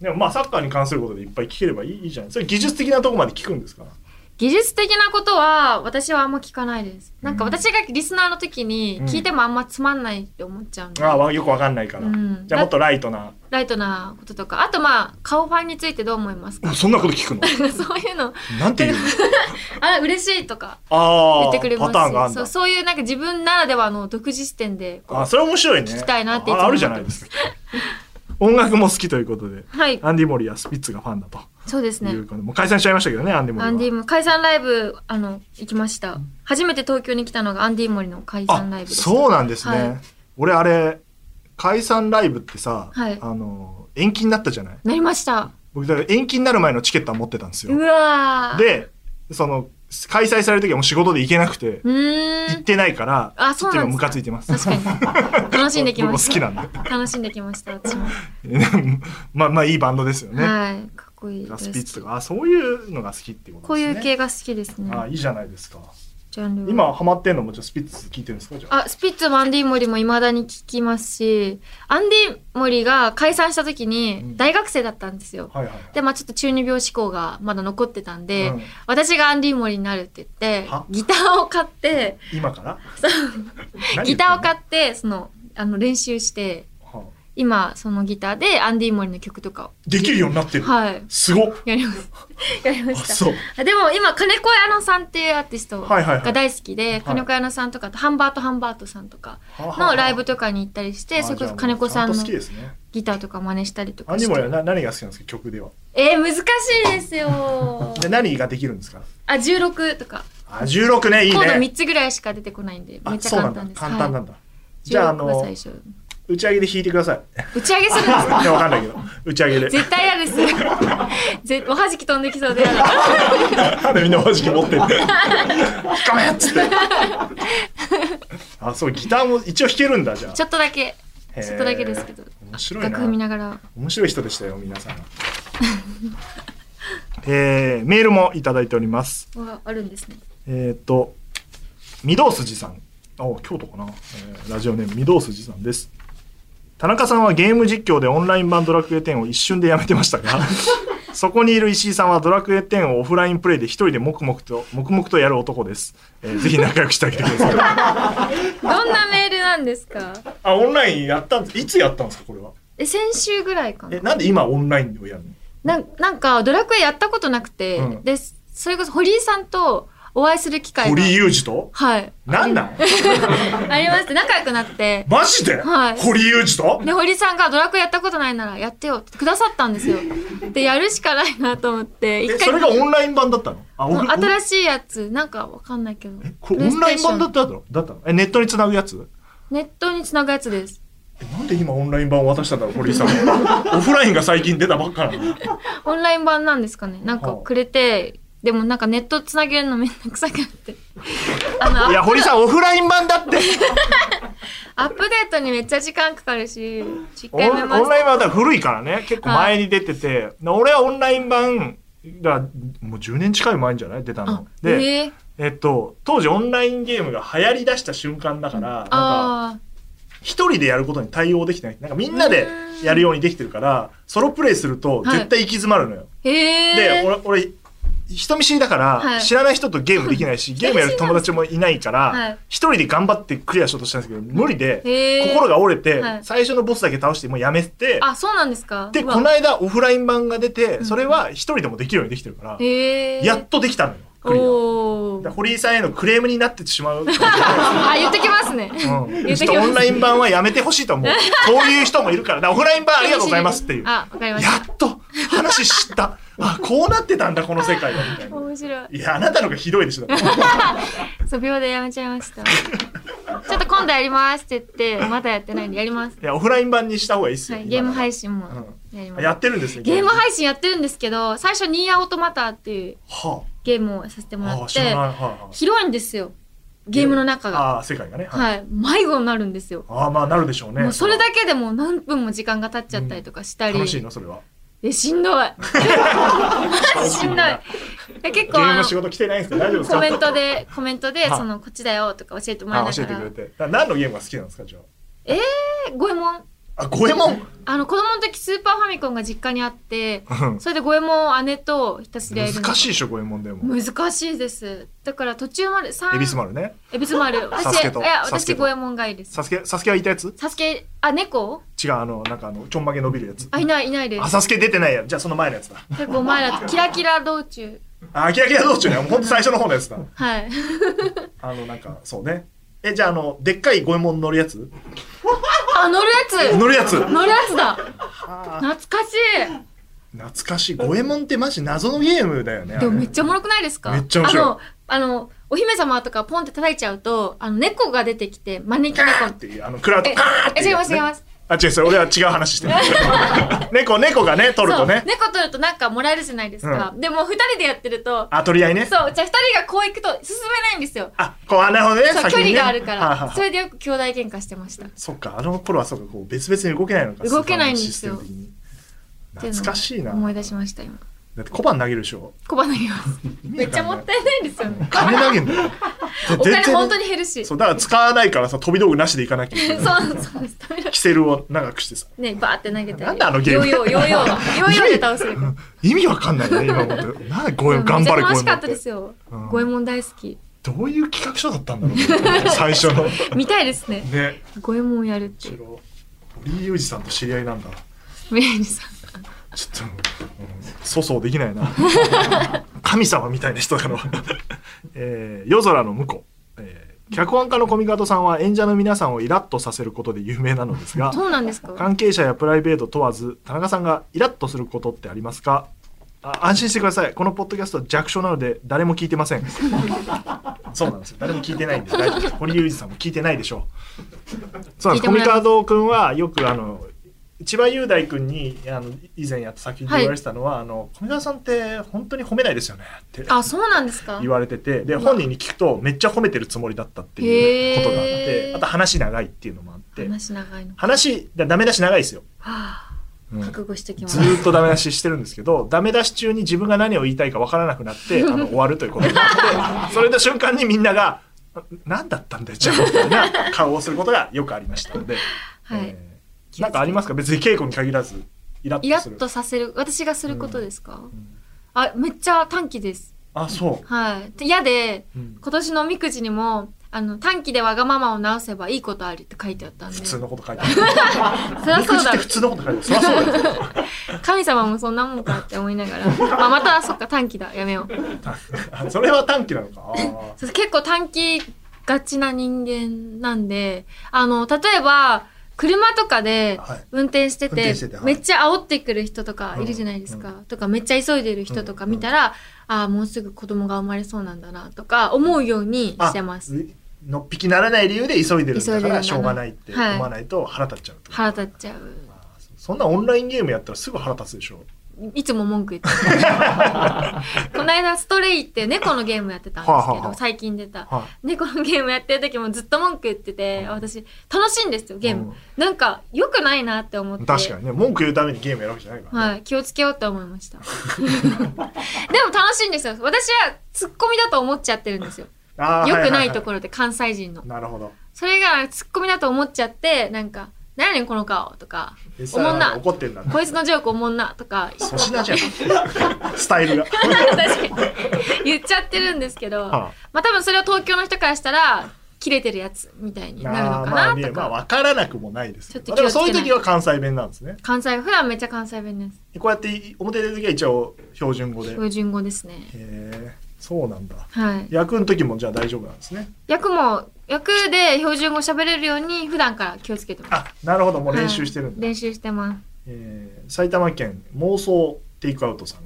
A: でもまあサッカーに関することでいっぱい聞ければいいいいじゃない。それ技術的なとこまで聞くんですから。
B: 技術的なことは私はあんま聞かないです。なんか私がリスナーの時に聞いてもあんまつまんないって思っちゃうんで。
A: ああわ、よくわかんないから。
B: うん
A: じゃあもっとライトな。
B: ライトなこととか。あとまあ、顔ファンについてどう思いますか
A: そんなこと聞くの
B: そういうの、
A: なんていうの
B: あ、嬉しいとか
A: ああ、
B: 言ってくれます
A: パターンがあるん
B: そ
A: だ
B: う。そういうなんか自分ならではの独自視点で。
A: あ、それ面白いね。
B: 聞きたいなっていつも
A: ああるじゃないですか。音楽も好きということで、
B: はい、
A: アンディ・モリやスピッツがファンだと
B: そうです
A: い
B: ね
A: う。ことで、もう解散しちゃいましたけどね、アンディ・モリは。
B: アンディも解散ライブあの行きました。初めて東京に来たのがアンディモリの解散ライブ
A: あ
B: です。
A: そうなんですね、
B: はい
A: 俺あれ解散ライブってさ、
B: はい
A: あの延期になったじゃない
B: なりました。
A: 僕だから延期になる前のチケットは持ってたんです
B: う
A: よ
B: わー。
A: でその開催される時はもう仕事で行けなくて行っ
B: うーん。
A: てないから
B: あそうなんですか
A: ちょっと今ムカついてます
B: 確か に。楽しんでき
A: 僕
B: ま
A: も好
B: した。
A: きなんだ
B: 楽しんできました、私も。
A: まあまあいいバンドですよね、
B: はい。かっこいいです。
A: スピッツとかあそういうのが好きっていうこ
B: ことう
A: です
B: い
A: ね
B: う系が好きですね。
A: あいいじゃないですか
B: ジャンルは。
A: 今ハマってんのもじゃあスピッツ聞いてるんですかじゃあ
B: あ、スピッツもアンディモリも未だに聞きますし、アンディモリが解散した時
A: うん
B: に大学生だったんですよ。
A: はいはい
B: で、まあちょっと中二病思考がまだ残ってたんで、
A: うん
B: 私がアンディモリになるって言って
A: は、
B: ギターを買って、
A: 今から
B: ギターを買
A: っ
B: って、その、あの、練習して、今、そのギターでアンディモリの曲とか
A: できるようになって
B: を、
A: る、
B: はい、
A: すごっ
B: やります。 やりま
A: あ
B: した。
A: そう
B: あでも今、金子綾乃さんっていうアーティスト
A: はいはいはい
B: が大好きで、
A: い
B: 金子綾乃さんとか、とハンバート・ハンバートさんとか
A: の
B: のライブとかに行ったりして、それこそ金子さん
A: ちゃ
B: の
A: んと好きですね
B: ギターとか真似したりと
A: ア
B: か
A: ンデ
B: し
A: ィモリ
B: て
A: は。な何が好きなんですか曲では
B: えー、難しいで すよ。
A: で何ができるんですか
B: あ、16とか。
A: あ16ねいい
B: コード
A: ね
B: 3つぐらいしか出てこないんで、め
A: あ
B: っちゃ
A: そうな
B: 簡
A: んだ
B: 単です。
A: 簡単な
B: はい
A: んだ、じゃああ
B: 16が
A: の
B: 最初。
A: 打ち上げで弾いてください
B: 打ち上げするんで す
A: いやわ
B: か
A: かんないけど打ち上げで
B: 絶対嫌です。 ぜおはじき飛んできそうで嫌だ。
A: なんでみんなおはじき持ってんのごめんっつってあそうギターも一応弾けるんだじゃあ
B: ちょっとだけ、
A: へー
B: ちょっとだけですけど。
A: 面白い
B: 楽譜見
A: な
B: ながら。
A: 面白い人でしたよ皆さん えー、メールもいただいております
B: はあるんですね。
A: えーっと、御堂筋さん。あ、京都かな。えーラジオネーム、御堂筋さんです。田中さんはゲーム実況でオンライン版ドラクエ10を一瞬でやめてました が、そこにいる石井さんはドラクエ10をオフラインプレイで一人で黙々と、黙々とやる男です。えーぜひ仲良くしてあげてください。
B: どんなメールなんですか
A: あ、オンラインやったんいつやったんですか、これは。
B: え、先週ぐらいかな
A: え、。なんで今オンラインをやるの
B: なんなんか、ドラクエやったことなくて、
A: うん
B: で、それこそ堀井さんとお会いする機会が。
A: 堀井雄二と
B: はい。
A: なんなん
B: ありまして、仲良くなって。
A: マジで、
B: はい
A: 堀井雄二と
B: で、堀井さんがドラクエやったことないならやってよってくださったんですよ。で、やるしかないなと思って、
A: え、それがオンライン版だったのあオ
B: もう
A: フ
B: 新しいやつ、なんかわかんないけど。
A: これオンライン版だっ
B: PlayStation
A: たのだったのえ、ネットにつなぐやつ
B: ネットにつなぐやつです。
A: えなんで今オンライン版を渡したんだろう、堀井さん。 オフラインが最近出たばっかなのに。
B: オンライン版なんですかねなんか
A: はあ
B: くれて、でもなんかネットつなげるのめんどくさくなって。あの、
A: いや、堀井さん、オフライン版だって。
B: アップデートにめっちゃ時間かかるし、実
A: オンオ
B: 回
A: ン
B: 目まし
A: ライン版は古いからね、結構前に出てて、で俺はオンライン版がもう10年近い前じゃない出た
B: あ
A: の。、で、
B: えー
A: えっと、当時オンラインゲームが流行り出した瞬間だから、なんか、
B: あ
A: 一人でやることに対応できてない。なんかみんなでやるようにできてるから、ソロプレイすると絶対行き詰まるのよ。
B: ー、え
A: で俺
B: ー、
A: 俺人見知りだから、
B: はい
A: 知らない人とゲームできない しゲームやる友達もいないか
B: は
A: ら
B: い
A: 一、人で頑張ってクリアしようとしたんですけど無理で、
B: へー
A: 心が折れて、
B: はい
A: 最初のボスだけ倒してもうやめて
B: あ、そうなんですか
A: で
B: う
A: こ
B: わ
A: の間オフライン版が出てそれは一人でもできるようにできてるから、
B: えー、
A: やっとできたのよ。来るよだ
B: おー
A: から堀井さんへのクレームになってしまう、うん、ちょ
B: あ、言ってきますね。言って
A: っ
B: き
A: と
B: ま
A: オ
B: す
A: ンライン版はやめてほしいと 思うこういう人もいるからだからオフライン版ありがとうございますっていうや
B: あ、わかりました。
A: っと話知ったあこうなってたんだこの世界はみたいな
B: 面白い。
A: いやあなたのがひどいでしょだって
B: そう、秒でやめちゃいました。ちょっと今度やりますって言って、まだやってないんでやります。
A: いやオフライン版にした方がいいっすよ、
B: はい、ゲーム配
A: 信
B: 信もやります。
A: やってるんですね
B: ゲーム配信やってるんですけど、最初ニーアオートマターっていう
A: は
B: ゲームをさせて
A: あ
B: も
A: あ
B: ら
A: あ
B: っ
A: 知らない
B: て、
A: はいはい
B: 広いんですよ。ゲームの中が。
A: ああ世界がね、い、
B: はい。迷子になるんですよ。
A: ああまあなるでしょうね
B: もうそれだけでもう何分も時間が経っちゃったりとかしたり。
A: 楽しいのそれは
B: え、しんどい。しんどい。え結
A: ゲ
B: 構
A: ーム
B: あ
A: の仕
B: の、
A: 事来てないんですか大丈夫ですか
B: コメントで、コメントで、
A: はい
B: その、こっちだよとか教えてもらい
A: あ
B: な
A: 教
B: が
A: えてくれ
B: ら。
A: てだから何のゲームが好きなんですかじゃ
B: え、ゴエモン。
A: ああ五右衛門
B: あの、子供の時スーパーファミコンが実家にあって、
A: うん
B: それでゴエモンを姉とひたすらやるの。
A: 難しいでしょ五右衛門でも
B: 難しいです。だから途中まで、三
A: 恵比寿丸ね
B: エビスマル。
A: サ
B: 私、
A: ス
B: い
A: ケと
B: や、
A: サスケと
B: 私、五右衛門がいいです。
A: サスケサスケはいたやつ
B: サスケ、あ、猫
A: 違うあのなんかあのちょんまげ伸びるやつ
B: あ、いない、いないで
A: あ
B: す。
A: サスケ出てないやじゃあその前のやつだ
B: 結構前だと、キラキラ道中。
A: あキラキラ道中ねもうほんと最初の方のやつだ
B: はい。
A: あのなんかそうねえじゃああのでっかい五右衛門乗るやつ
B: あ、乗るや
A: 乗るやつ
B: つ乗るやつだ
A: あ
B: 懐かしい
A: 懐かしい五右衛門ってマジ謎のゲームだよねあ
B: で
A: れ
B: もめっちゃおもろくないですか
A: めっちゃ面白い
B: あの、あの、お姫様とかポンって叩いちゃうと、あの、猫が出てきて、招き
A: カーンっ
B: 猫。
A: ていうあのクラウド
B: え
A: カーンっ、て
B: え
A: いう
B: 違い
A: や
B: ま
A: つ
B: す、
A: ね
B: 違います。
A: あ違うそれ俺は違う話し てる猫猫がね取る
B: そ
A: と
B: う、
A: ね
B: 猫取るとなんかもらえるじゃないですか。でも、二人でやってると、
A: あ取り合いね
B: そう、じゃあ二人がこう行くと進めないんですよ。
A: あこうあなるほどね
B: そう、
A: 先
B: 距
A: にね
B: 離があるか
A: はいはい
B: ら。
A: はい
B: それでよく兄弟喧嘩してました。
A: そっかあの頃はそうかこう別々に動けないのか
B: 動けないんですよ
A: スーパーのシステム的に懐かしいな
B: 思い出しました今
A: だって小判投げるでしょ
B: 小判投げますめっちゃもったいないですよね
A: 金投げんだよ
B: お金本当に減るし
A: そ
B: そう
A: だから使わないからさ飛び道具なしでいかなきゃいけ
B: う
A: ない
B: そうです食べる
A: キセルを長くしてさ
B: ねバーって投げて
A: なんだあのゲーム
B: ヨーヨーヨーヨ ーヨーヨーで倒せるから
A: 意味わかんないね今思ってなんでごえ
B: めっ
A: ん
B: ちゃ
A: 頑張れご
B: 楽
A: え
B: し
A: ん
B: か
A: っ
B: っ た
A: て
B: ですよ
A: うん
B: 五右衛門大好き
A: どういう企画書だったんだろう最初 の
B: 見たいですね
A: ね
B: 五右衛門やるって
A: ち
B: いう
A: ろ堀井裕二さんと知り合いなんだ
B: メイさん
A: ちょっと、うん、粗相できないな神様みたいな人だから、えー夜空の向こう、えー脚本家のコミカドさんは演者の皆さんをイラッとさせることで有名なのですが
B: そうなんですか
A: 関係者やプライベート問わず田中さんがイラッとすることってありますかあ安心してくださいこのポッドキャスト弱小なので誰も聞いてません そうなんですよ誰も聞いてないんで大丈夫です堀裕二さんも聞いてないでしょうそうなんです
B: 聞
A: コ
B: い
A: ミ
B: てもらえます
A: カド君はよくあの千葉雄大君にあの以前やった作品で言われてたのは、あのコミカドさんって本当に褒めないですよねって
B: あそうなんですか
A: 言われててで本人に聞くとめっちゃ褒めてるつもりだったっていうことがあって
B: へー
A: あと話長いっていうのもあって
B: 話長いのは
A: 話だダメ出し長いですよ、
B: あ
A: うん
B: 覚悟しときます
A: ずーっとダメ出ししてるんですけど、ダメ出し中に自分が何を言いたいか分からなくな って、あの、終わるということになって、それの瞬間にみんなが、何だったんだよ、じゃあ、みたいな顔をすることがよくありましたので、
B: はい
A: えーなんかありますか別に稽古に限らず、イラッ
B: イ
A: と
B: ラ
A: する。
B: ッとさせる私がすることですか
A: ん
B: あめっちゃ短気です
A: あ、そ
B: はいで嫌で
A: う。うん
B: 今年のおみくじにも、あの、短期でわがままを直せばいいことありって書いてあったんで。
A: 普通
B: そり
A: のこと書いてある。
B: ゃ
A: 理
B: そ
A: 屈
B: う
A: っ
B: だ
A: て。普通のこと書いてある。そりゃそうだよ。
B: 神様もそんなもんかって思い ながら。まあ、また、そっか、短期だ。やめよう。
A: あそれは短期なのか。あー
B: そう結構短期がちな人間なんで、あの、例えば、車とかで
A: はい
B: 運転して
A: 運
B: て、
A: 転しててはい
B: めっちゃ煽ってくる人とかいるじゃないですか。とか、めっちゃ急いでる人とか見たら、ああ、もうすぐ子供が生まれそうなんだな、とか思うようにしてます。。
A: あのっぴきならない理由で急いでるんだ
B: 急いで
A: か
B: るんだ
A: ら、
B: な
A: しょうがないって思わないと腹立っちゃうってこと。
B: 腹立っちゃう。
A: そんなオンラインゲームやったらすぐ腹立つでしょ。
B: いつも文 句言ってるこの間ストレイって猫のゲームやってたんですけど、
A: はあはあはあ
B: 最近出た。
A: はい。
B: 猫のゲームやってる時もずっと文句言ってて、私、楽しいんですよ、ゲーム。
A: うん
B: なんか、良くないなって思って。
A: 確かにね文句言うためにゲームやるわけじゃないから、ね
B: はい、気をつけようって思いました。で も楽しいんですよ。私はツッコミだと思っちゃってるんですよ。
A: あー
B: 良
A: は
B: く
A: は
B: な
A: はい
B: ところで、関西人の。
A: なるほど
B: それがツッコミだと思っちゃって、なんか、何やねんこの顔とか、
A: で
B: おもん
A: さ
B: な、
A: 怒ってんだね
B: こいつのジョークおもんなとか、
A: 粗品じゃんスタイ ルが
B: 確かに言っちゃってるんですけど、
A: は
B: まあ多分それを東京の人からしたら切れてるやつみたいになるの
A: あー
B: か
A: まあ
B: な
A: ね
B: と
A: ま
B: か、
A: あ分からなくもないですけ
B: ち
A: ど
B: ょっ
A: でも
B: と気をつ
A: そ
B: けな
A: う
B: い
A: いう時は関西弁なんですね
B: 関西普段めっちゃ関西弁です
A: こうやって表出る時は一応標準語でへ
B: 標準語ですね
A: えそうなんだ。
B: はい。
A: 役の時もじゃあ大丈夫なんですね。
B: 役も、役で標準語喋れるように普段から気をつけてます。
A: あ、なるほど。もう練習してるんだ。
B: 練習してます。
A: えー埼玉県妄想テイクアウトさん、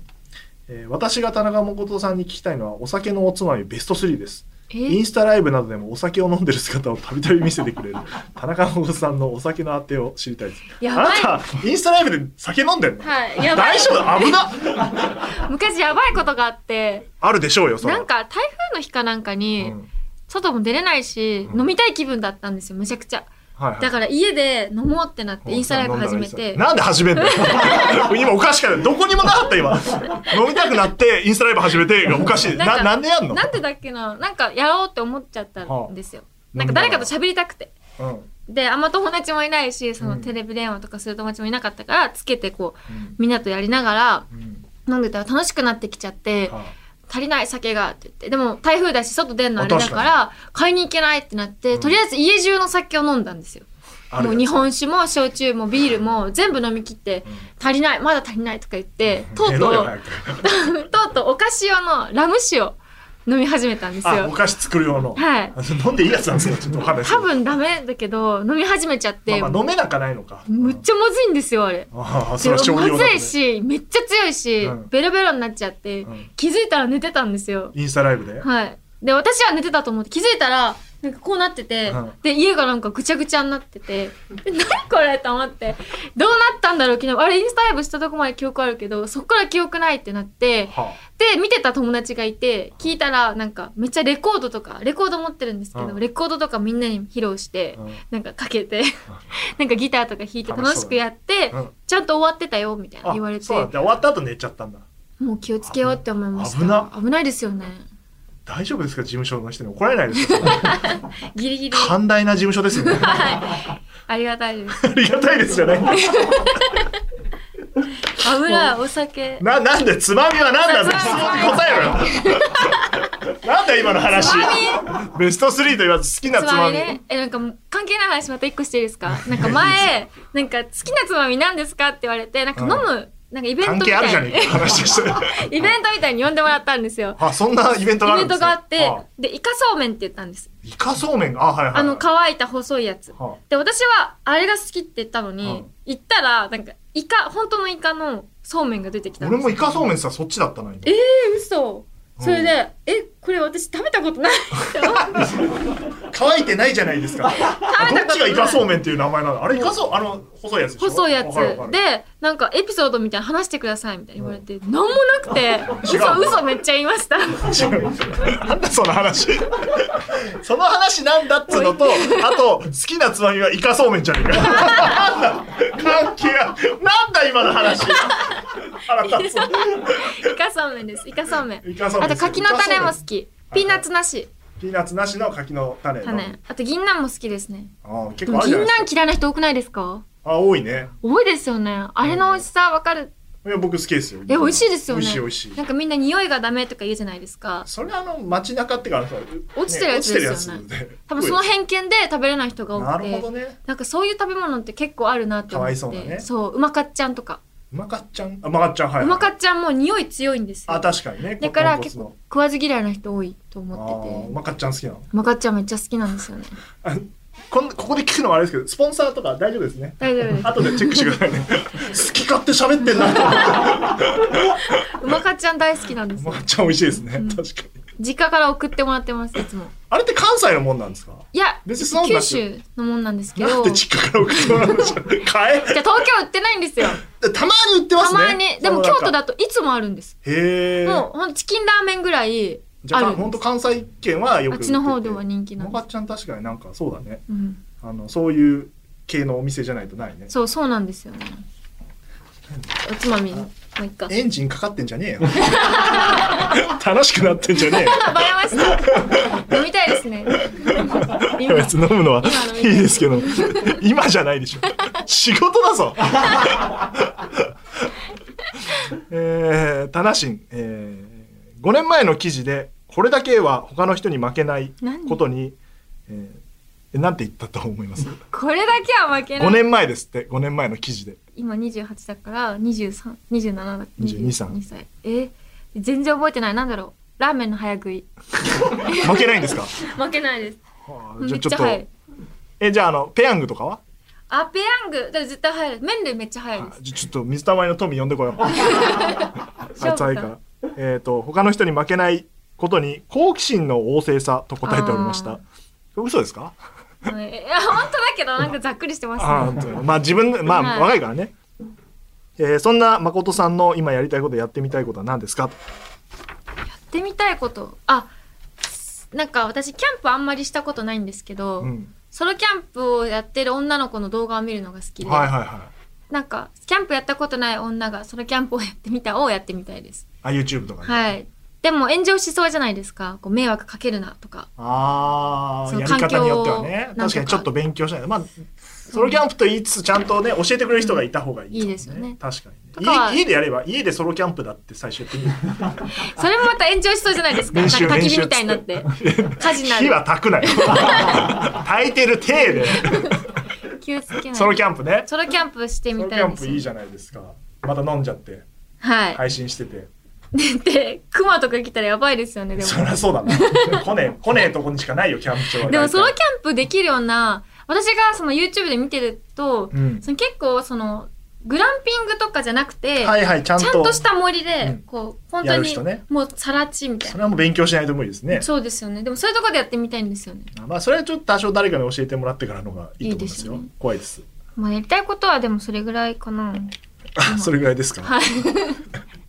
A: えー私が田中誠さんに聞きたいのはお酒のおつまみベスト3ですイ
B: え
A: ンスタライブなどでもお酒を飲んでる姿をたびたび見せてくれる 田中誠さんのお酒のあてを知りたいです
B: や
A: あ
B: ばい。
A: なたインスタライブで酒飲んでんの、
B: はい。やばい
A: 大。丈夫危な
B: 昔やばいことがあって、
A: あるでしょうよそれ
B: なんか台風の日かなんか
A: う
B: に、
A: ん
B: 外も出れないし、
A: うん
B: 飲みたい気分だったんですよ、めちゃくちゃ。
A: はいはい
B: だから家で飲もうってなって、インスタライブ始め
A: 飲んだらインス
B: て
A: タ。なんで始めんの 今おかしくないどこにもなかった今飲みたくなってインスタライブ始めてがおかしい
B: なん
A: な
B: か
A: なんでやんの
B: なんてだっけな、なんかやろうって思っちゃったんですよ。なんか誰かと喋りたくて。
A: うんうん
B: で、あんま友達もいないし、そうの
A: ん
B: テレビ電話とかする友達もいなかったから、つけてこう、みんなとやりながら
A: うん
B: 飲んでたら楽しくなってきちゃって、
A: はあ
B: 足りない酒がって言って、でも台風だし外出んのあれだ
A: 確
B: か、
A: から
B: 買いに行けないってなって、
A: ん
B: とりあえず家中の酒を飲んだんですよ。
A: ある
B: も
A: や
B: う
A: つ
B: 日本酒も焼酎もビールも全部飲み切って、足りない、まだ足りないとか言って、とう
A: 寝
B: と
A: ろよ
B: う
A: 早、く
B: とうとうお菓子用のラム酒を飲み始めたんです
A: あお
B: よ。
A: 菓子作る用の、
B: はい。
A: 飲んでいいやつなんですかちょっとわかんないですけ
B: 多
A: ど
B: 分ダメだけど、飲み始めちゃって、
A: まあ、まあ飲めなかないのか
B: むっちゃまずいんですよ、あれ。
A: ゃああそれ
B: でも
A: は少量
B: ま
A: だ
B: ず
A: とね
B: いし、めっちゃ強いし、
A: うん
B: ベロベロになっちゃって、
A: うん
B: 気づいたら寝てたんですよ。
A: インスタライブで、
B: はい。で、私は寝てたと思って、気づいたら、なんかこうなってて、
A: うん
B: で、家がなんかぐちゃぐちゃになってて、で何これと思って、どうなったんだろう、昨日。あれ、インスタライブしたとこまで記憶あるけど、そっから記憶ないってなって、
A: は
B: で、見てた友達がいて、聞いたら、なんか、めっちゃレコードとか、レコード持ってるんですけど、
A: うん
B: レコードとかみんなに披露して
A: あ、うん
B: なんかか けて、なんかギターとか弾いて楽しくやって、
A: うん
B: ちゃんと終わってたよ、みたいな
A: あ
B: 言われて
A: そう、なんだ終わった後寝ちゃったんだ
B: もう気をつけようって思いました。
A: 危な
B: 危ないですよね。
A: 大丈夫ですか事務所の人に怒られないですか
B: ギリギリ。
A: 寛大な事務所ですよね あ
B: ありがたいです。
A: りがたいですじゃないんだ
B: 危ない、お酒。
A: ななんでつまみは何なんだ
B: つ
A: 質
B: ま
A: 問
B: み
A: に答え ろよなんだ今の話ベスト3と言わず好きなつ
B: つ
A: ま
B: まみ
A: み
B: ね。え、なんか、関係ない話また一個していいですかなんか前、なんか、好きなつまみ何ですかって言われて、なんか飲む、なんかイベント
A: 関
B: み
A: 係あるじゃ
B: た
A: ねえ
B: い
A: か
B: に、
A: 話して
B: イベントみたいに呼んでもらったんですよ。
A: あそんなイベントがあ
B: イ
A: るん
B: ベン
A: で
B: ト
A: すか
B: があって
A: あ、
B: で、イカそうめんって言ったんです。
A: イカそうめんがあはいはい、はい、
B: あの、乾いた細いやつ。
A: は
B: で、私は、あれが好きって言ったのに、行ったら、なんか、イカ、本当のイカのそうめんが出てきたんで
A: 俺
B: す
A: もイカそうめんさそっちだったな今
B: ええ嘘それで、え、これ私食べたことないって思って
A: 乾いてないじゃないです か
B: 食
A: ど
B: べ
A: った
B: こと
A: ち
B: な
A: が
B: い
A: イカそうめんっていう名前なのあれイカそうあの細いやつでしょ
B: 細いやつ
A: わかるわかる
B: でなんかエピソードみたいなの話してくださいみたいな言われて、なん、もなく て
A: 違う
B: 嘘嘘めっちゃ言いました
A: 違う なんだその話 その話なんだっつうのとあと好きなつまみはイカそうめんじゃねえか なんだ関係あるなんだ今の話腹立 つ
B: イカそうめんですイカそうめん
A: イカそうめん
B: あと柿の種も好き
A: そうめん
B: ピーナッツなし
A: ピーナッツなしの柿の種の
B: 種あと銀杏も好きですね
A: あー結
B: で
A: 構
B: も
A: あるじゃ
B: 銀
A: ないですか
B: 杏嫌いな人多くないですか
A: あ多いね
B: 多いですよねあれの美味しさわかる
A: いや僕好きですよ
B: え美味しいですよね
A: 美味しい美味しい
B: なんかみんな匂いがダメとか言うじゃないですか
A: それはあの街中っていうかあのさ
B: 落ちてるやつですよね
A: 落ちてるやつで
B: 多分その偏見で食べれない人が
A: な
B: 多
A: る
B: くて
A: ほどね
B: なんかそういう食べ物って結構あるなって思って
A: かわいそうだね
B: そううまかっちゃんとか、
A: うまかっちゃんあうまかっちゃんはい、はいう
B: まかっちゃんも匂い強いんです
A: あ
B: よ
A: 確かにね
B: だから
A: こ
B: 結構食わず嫌いな人多いと思
A: 豚骨のあーう
B: ってて
A: まかっちゃん好きなの
B: うまかっちゃんめっちゃ好きなんですよね
A: あこんここで聞くのはあれですけどスポンサーとか大丈夫ですね
B: 大丈 夫です
A: 後でチェックしてくださいね 好き勝手喋ってんな
B: うまかっちゃん大好きなんで
A: う
B: す
A: ま
B: よ
A: かっちゃん美味しいですね、
B: ん
A: 確かに
B: 実家から送ってもらってますいつも
A: あれって関西のもんなんですか
B: いや
A: 別にそんなことな
B: 九
A: く
B: 州のもんなんですけ
A: な
B: ど
A: ん
B: じ
A: で
B: ゃ
A: 実家から送ってもらうんでしょう買え
B: あ東京売ってないんですよ
A: たまに売ってま
B: た
A: すね
B: まにでも
A: そ
B: 京
A: のなんか
B: 都だといつもあるんです
A: へえ
B: もうほんとチキンラーメンぐらい
A: じゃ
B: あ
A: あ
B: る
A: 本当関西圏はよく
B: あ
A: 売
B: っ
A: って
B: ち
A: て
B: の方では人気なん
A: う
B: で
A: ま
B: す
A: かっちゃん確かになんかそうだね
B: うん
A: あのそういう系のお店じゃないとないね
B: そうそうなんですよねおつまみもういっか
A: エンジンかかってんじゃねえよ 楽しくなってんじゃねえよ
B: バレました。 飲みたいですね。今
A: 別に飲むのは
B: 今の
A: いいですけど今じゃないでしょ仕事だ ぞえー、タナシン、えー、5年前の記事でこれだけは他の人に負けないことに、えーえ、なんて言ったと思います
B: これだけは負けな
A: 5
B: い。
A: 年前ですって5年前の記事で
B: 今28だから23、27だ。
A: 22
B: 22歳。え全然覚えてない。なんだろう。ラーメンの早食い。
A: 負けないんです か
B: 負けないです。
A: はあ
B: めっ
A: ちょ
B: ち
A: っ
B: ゃ
A: と、
B: 早い。
A: えじゃああのペヤングとかは
B: あ、ペヤング、だから絶対早い。麺類めっちゃ早いで
A: あじゃちょっと水溜りの富呼んでこ よう
B: す。
A: あいつはいいからえっ、と他の人に負けないことに好奇心の旺盛さと答えておりまし
B: あ
A: た嘘です か
B: 勝負かいや、本当だけど、なんかざっくりしてます
A: あ
B: ね。
A: ーまあ自分まあ、
B: はい
A: 若いからね、えーそんな誠さんの今やりたいことやってみたいことは何ですか
B: やってみたいこと。あ、なんか私、キャンプあんまりしたことないんですけど、
A: うん、
B: ソロキャンプをやってる女の子の動画を見るのが好きで、
A: はいはいはい
B: なんか、キャンプやったことない女がソロキャンプをやってみたをやってみたいです。
A: あ YouTube とかね、
B: はい。でも炎上しそうじゃないですか。こう迷惑かけるなとか。
A: ああ
B: そ
A: や
B: の
A: り方によってはね
B: 環境をなん
A: 確
B: とか
A: かにちょっと勉強しないとまあソロキャンプと言いつつちゃんとね教えてくれる人がいた方がいい、
B: いいですよね
A: 確か
B: と
A: に
B: か
A: ね
B: は
A: 家家でやれば家でソロキャンプだって最初やってみる
B: それもまた炎上しそうじゃないですか。な
A: 練
B: んか
A: 習
B: 焚き火みたいに なって。火事にな
A: 火
B: る。
A: は焚くなよ 焚いてる体で
B: 気をつけない。
A: ソロキャンプね
B: ソロキャンプして
A: ソ
B: み
A: ロキ
B: たい
A: ャン
B: です
A: プいいじゃないですかまた飲んじゃって
B: はい、
A: 配信してて
B: で でクマとか来たらやばいですよねで
A: そり
B: も
A: ゃそうだな来ねえ来ねえとこにしかないよキャンプ場は
B: でもソロキ
A: 大
B: ャンプできるような私がその YouTube で見てると、
A: 体うん
B: その結構そのグランピングとかじゃなくて、
A: はいはいちゃん
B: ち
A: と
B: ゃんとした森で、
A: うん
B: こう本
A: や
B: 当
A: る
B: に
A: 人ね
B: もうさら地みたい
A: そ
B: な、
A: れはもう勉強しないと無理ですね
B: そうですよねでもそういうとこでやってみたいんですよね
A: まあそれはちょっと多少誰かに教えてもらってからのがいいと思いますよ
B: いいですね
A: 怖いです
B: まあやりたいことはでもそれぐらいかな
A: あ それぐらいですか、
B: はい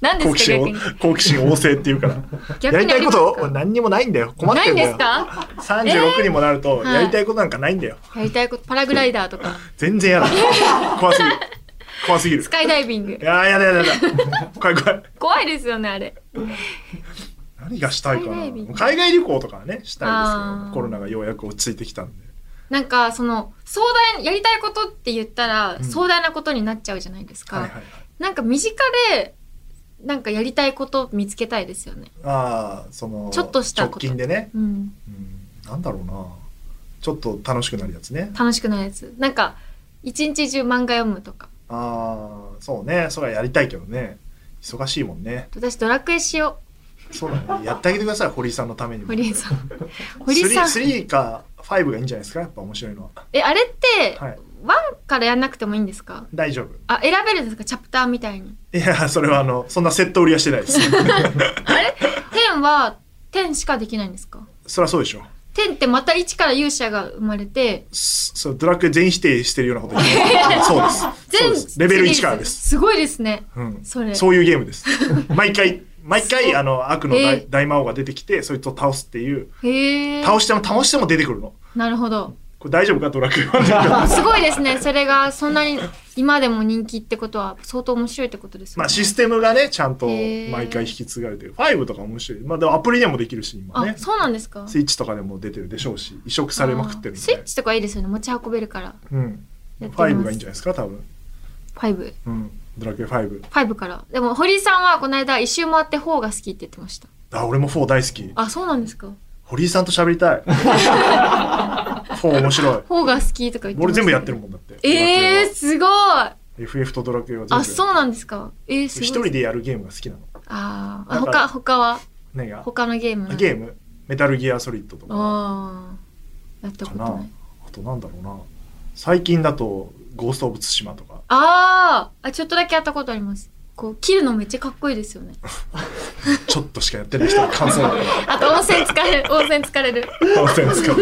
B: 何で
A: 好奇
B: すか
A: 心
B: 逆
A: を
B: に
A: 好奇心旺盛っていうからや
B: 逆
A: り
B: に
A: た
B: あ
A: い
B: り
A: こ
B: ます
A: と
B: か
A: 何にもないんだよ困っ
B: な
A: て
B: いん
A: んだ
B: です
A: よ
B: か
A: 36にもなると
B: はい
A: やりたいことなんかないんだよ、
B: やりたいことパラグライダーと か
A: 全然やだ怖す ぎる怖すぎる
B: スカイダイビング
A: いやーやだやだやだ怖い怖い
B: 怖いですよねあれ
A: 何がしたいかな
B: 海外
A: 海
B: 旅行
A: 外旅行とかはねしたいですけ
B: あ
A: ど
B: ー
A: コロナがようやく落ち着いてきたんで
B: なんかその壮大やりたいことって言ったら
A: ん
B: 壮大なことになっちゃうじゃないですか、
A: はいはいはい
B: なんか身近でなんかやりたいこと見つけたいですよね
A: ああその
B: ちょっとしたこと
A: 直近でね、
B: うん
A: うん、なんだろうなちょっと楽しくなるやつね
B: 楽しくないやつなんか一日中漫画読むとか
A: ああそうねそれはやりたいけどね忙しいもんね
B: 私ドラクエしよ
A: そうだねやってあげてください堀井さんのために
B: う
A: も
B: 堀江さん 堀江さん
A: 3, 3か5がいいんじゃないですかやっぱ面白いのは
B: えあれって、
A: はい
B: ワンからやんなくてもいいんですか
A: 大丈夫
B: あ選べるんですかチャプターみたいに
A: いやそれはあのそんなセット売りはしてないです
B: あれ10は10しかできないんですか
A: そりゃそうでしょ
B: 10ってまた1から勇者が生まれて
A: そそうドラクエ全否定してるようなこと言って ないそうですそうですレベル1からです、
B: すごいですね
A: うん、
B: それ
A: そういうゲームです毎回毎回
B: そう
A: あの悪の大,、
B: えー
A: 大魔王が出てきてそいつを倒すっていう
B: へえ
A: 倒しても倒しても出てくるの
B: なるほど
A: これ大丈夫かドラクエ は
B: すごいですねそれがそんなに今でも人気ってことは相当面白いってことですよね
A: まあシステムがねちゃんと
B: へー
A: 毎回引き継がれてる5とか面白いまあでもアプリでもできるし今ね
B: あそうなんですか
A: スイッチとかでも出てるでしょうし移植されまくってるんで
B: あースイッチとかいいですよね持ち運べるから
A: うん
B: やってみます
A: 5がいいんじゃないですか多分
B: 5
A: うんドラクエ5
B: 5からでも堀井さんはこの間一周回って4が好きって言ってました
A: あ俺も4大好き
B: あそうなんですか
A: 堀井さんと喋り たい4面白い
B: 4が好きとか言って
A: 俺
B: ました
A: 全部やってるもんだって
B: ええー、すごい
A: FF とドラクエは全部
B: あそうなんですかえー、す
A: 一
B: ごい
A: 人でやるゲームが好きなの
B: あー
A: だ
B: あ
A: から
B: 他他は
A: 何が
B: 他のゲーム
A: ゲー
B: ム
A: ムメタルギアソリッドとか
B: ああやったこ
A: か
B: と
A: な
B: ない
A: あとなんだろうな最近だとゴースト・オブ・ツシマとか
B: あーあちょっとだけやったことありますこう切るのめっちゃかっこいいですよね
A: ちょっとしかやってない人の感想だから
B: あと温泉疲 れる温泉疲れる
A: どうせですか